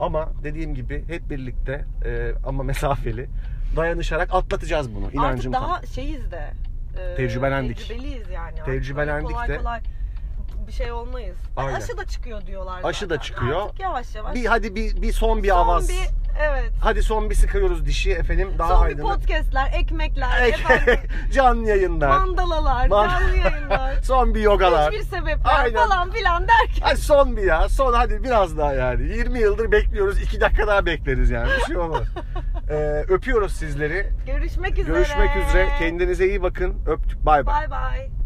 A: Ama dediğim gibi hep birlikte e, ama mesafeli dayanışarak atlatacağız bunu. İnancım
B: Artık
A: tam.
B: daha şeyiz de. e,
A: Tecrübelendik.
B: Tecrübeliyiz yani. artık.
A: Tecrübelendik
B: Öyle kolay
A: de.
B: kolay bir şey olmayız.
A: Aynen.
B: Aşı da çıkıyor diyorlar
A: Aşı da
B: zaten.
A: çıkıyor.
B: Artık yavaş yavaş.
A: Bir hadi bir, bir son bir
B: Son
A: avaz.
B: bir- evet.
A: Hadi son bir sıkıyoruz dişi efendim daha
B: Son bir
A: aydınlık.
B: podcastler, ekmekler, efendim,
A: (laughs) Canlı yayınlar.
B: mandalalar,
A: Man- (laughs)
B: canlı yayınlar.
A: son bir yogalar.
B: Hiçbir sebepler
A: Aynen.
B: falan filan derken.
A: Hadi son bir ya. Son hadi biraz daha yani. 20 yıldır bekliyoruz. 2 dakika daha bekleriz yani. Bir şey
B: (laughs)
A: olmaz. Ee, öpüyoruz sizleri.
B: Görüşmek üzere.
A: Görüşmek üzere. Kendinize iyi bakın. Öptük. Bay bay.
B: Bay bay.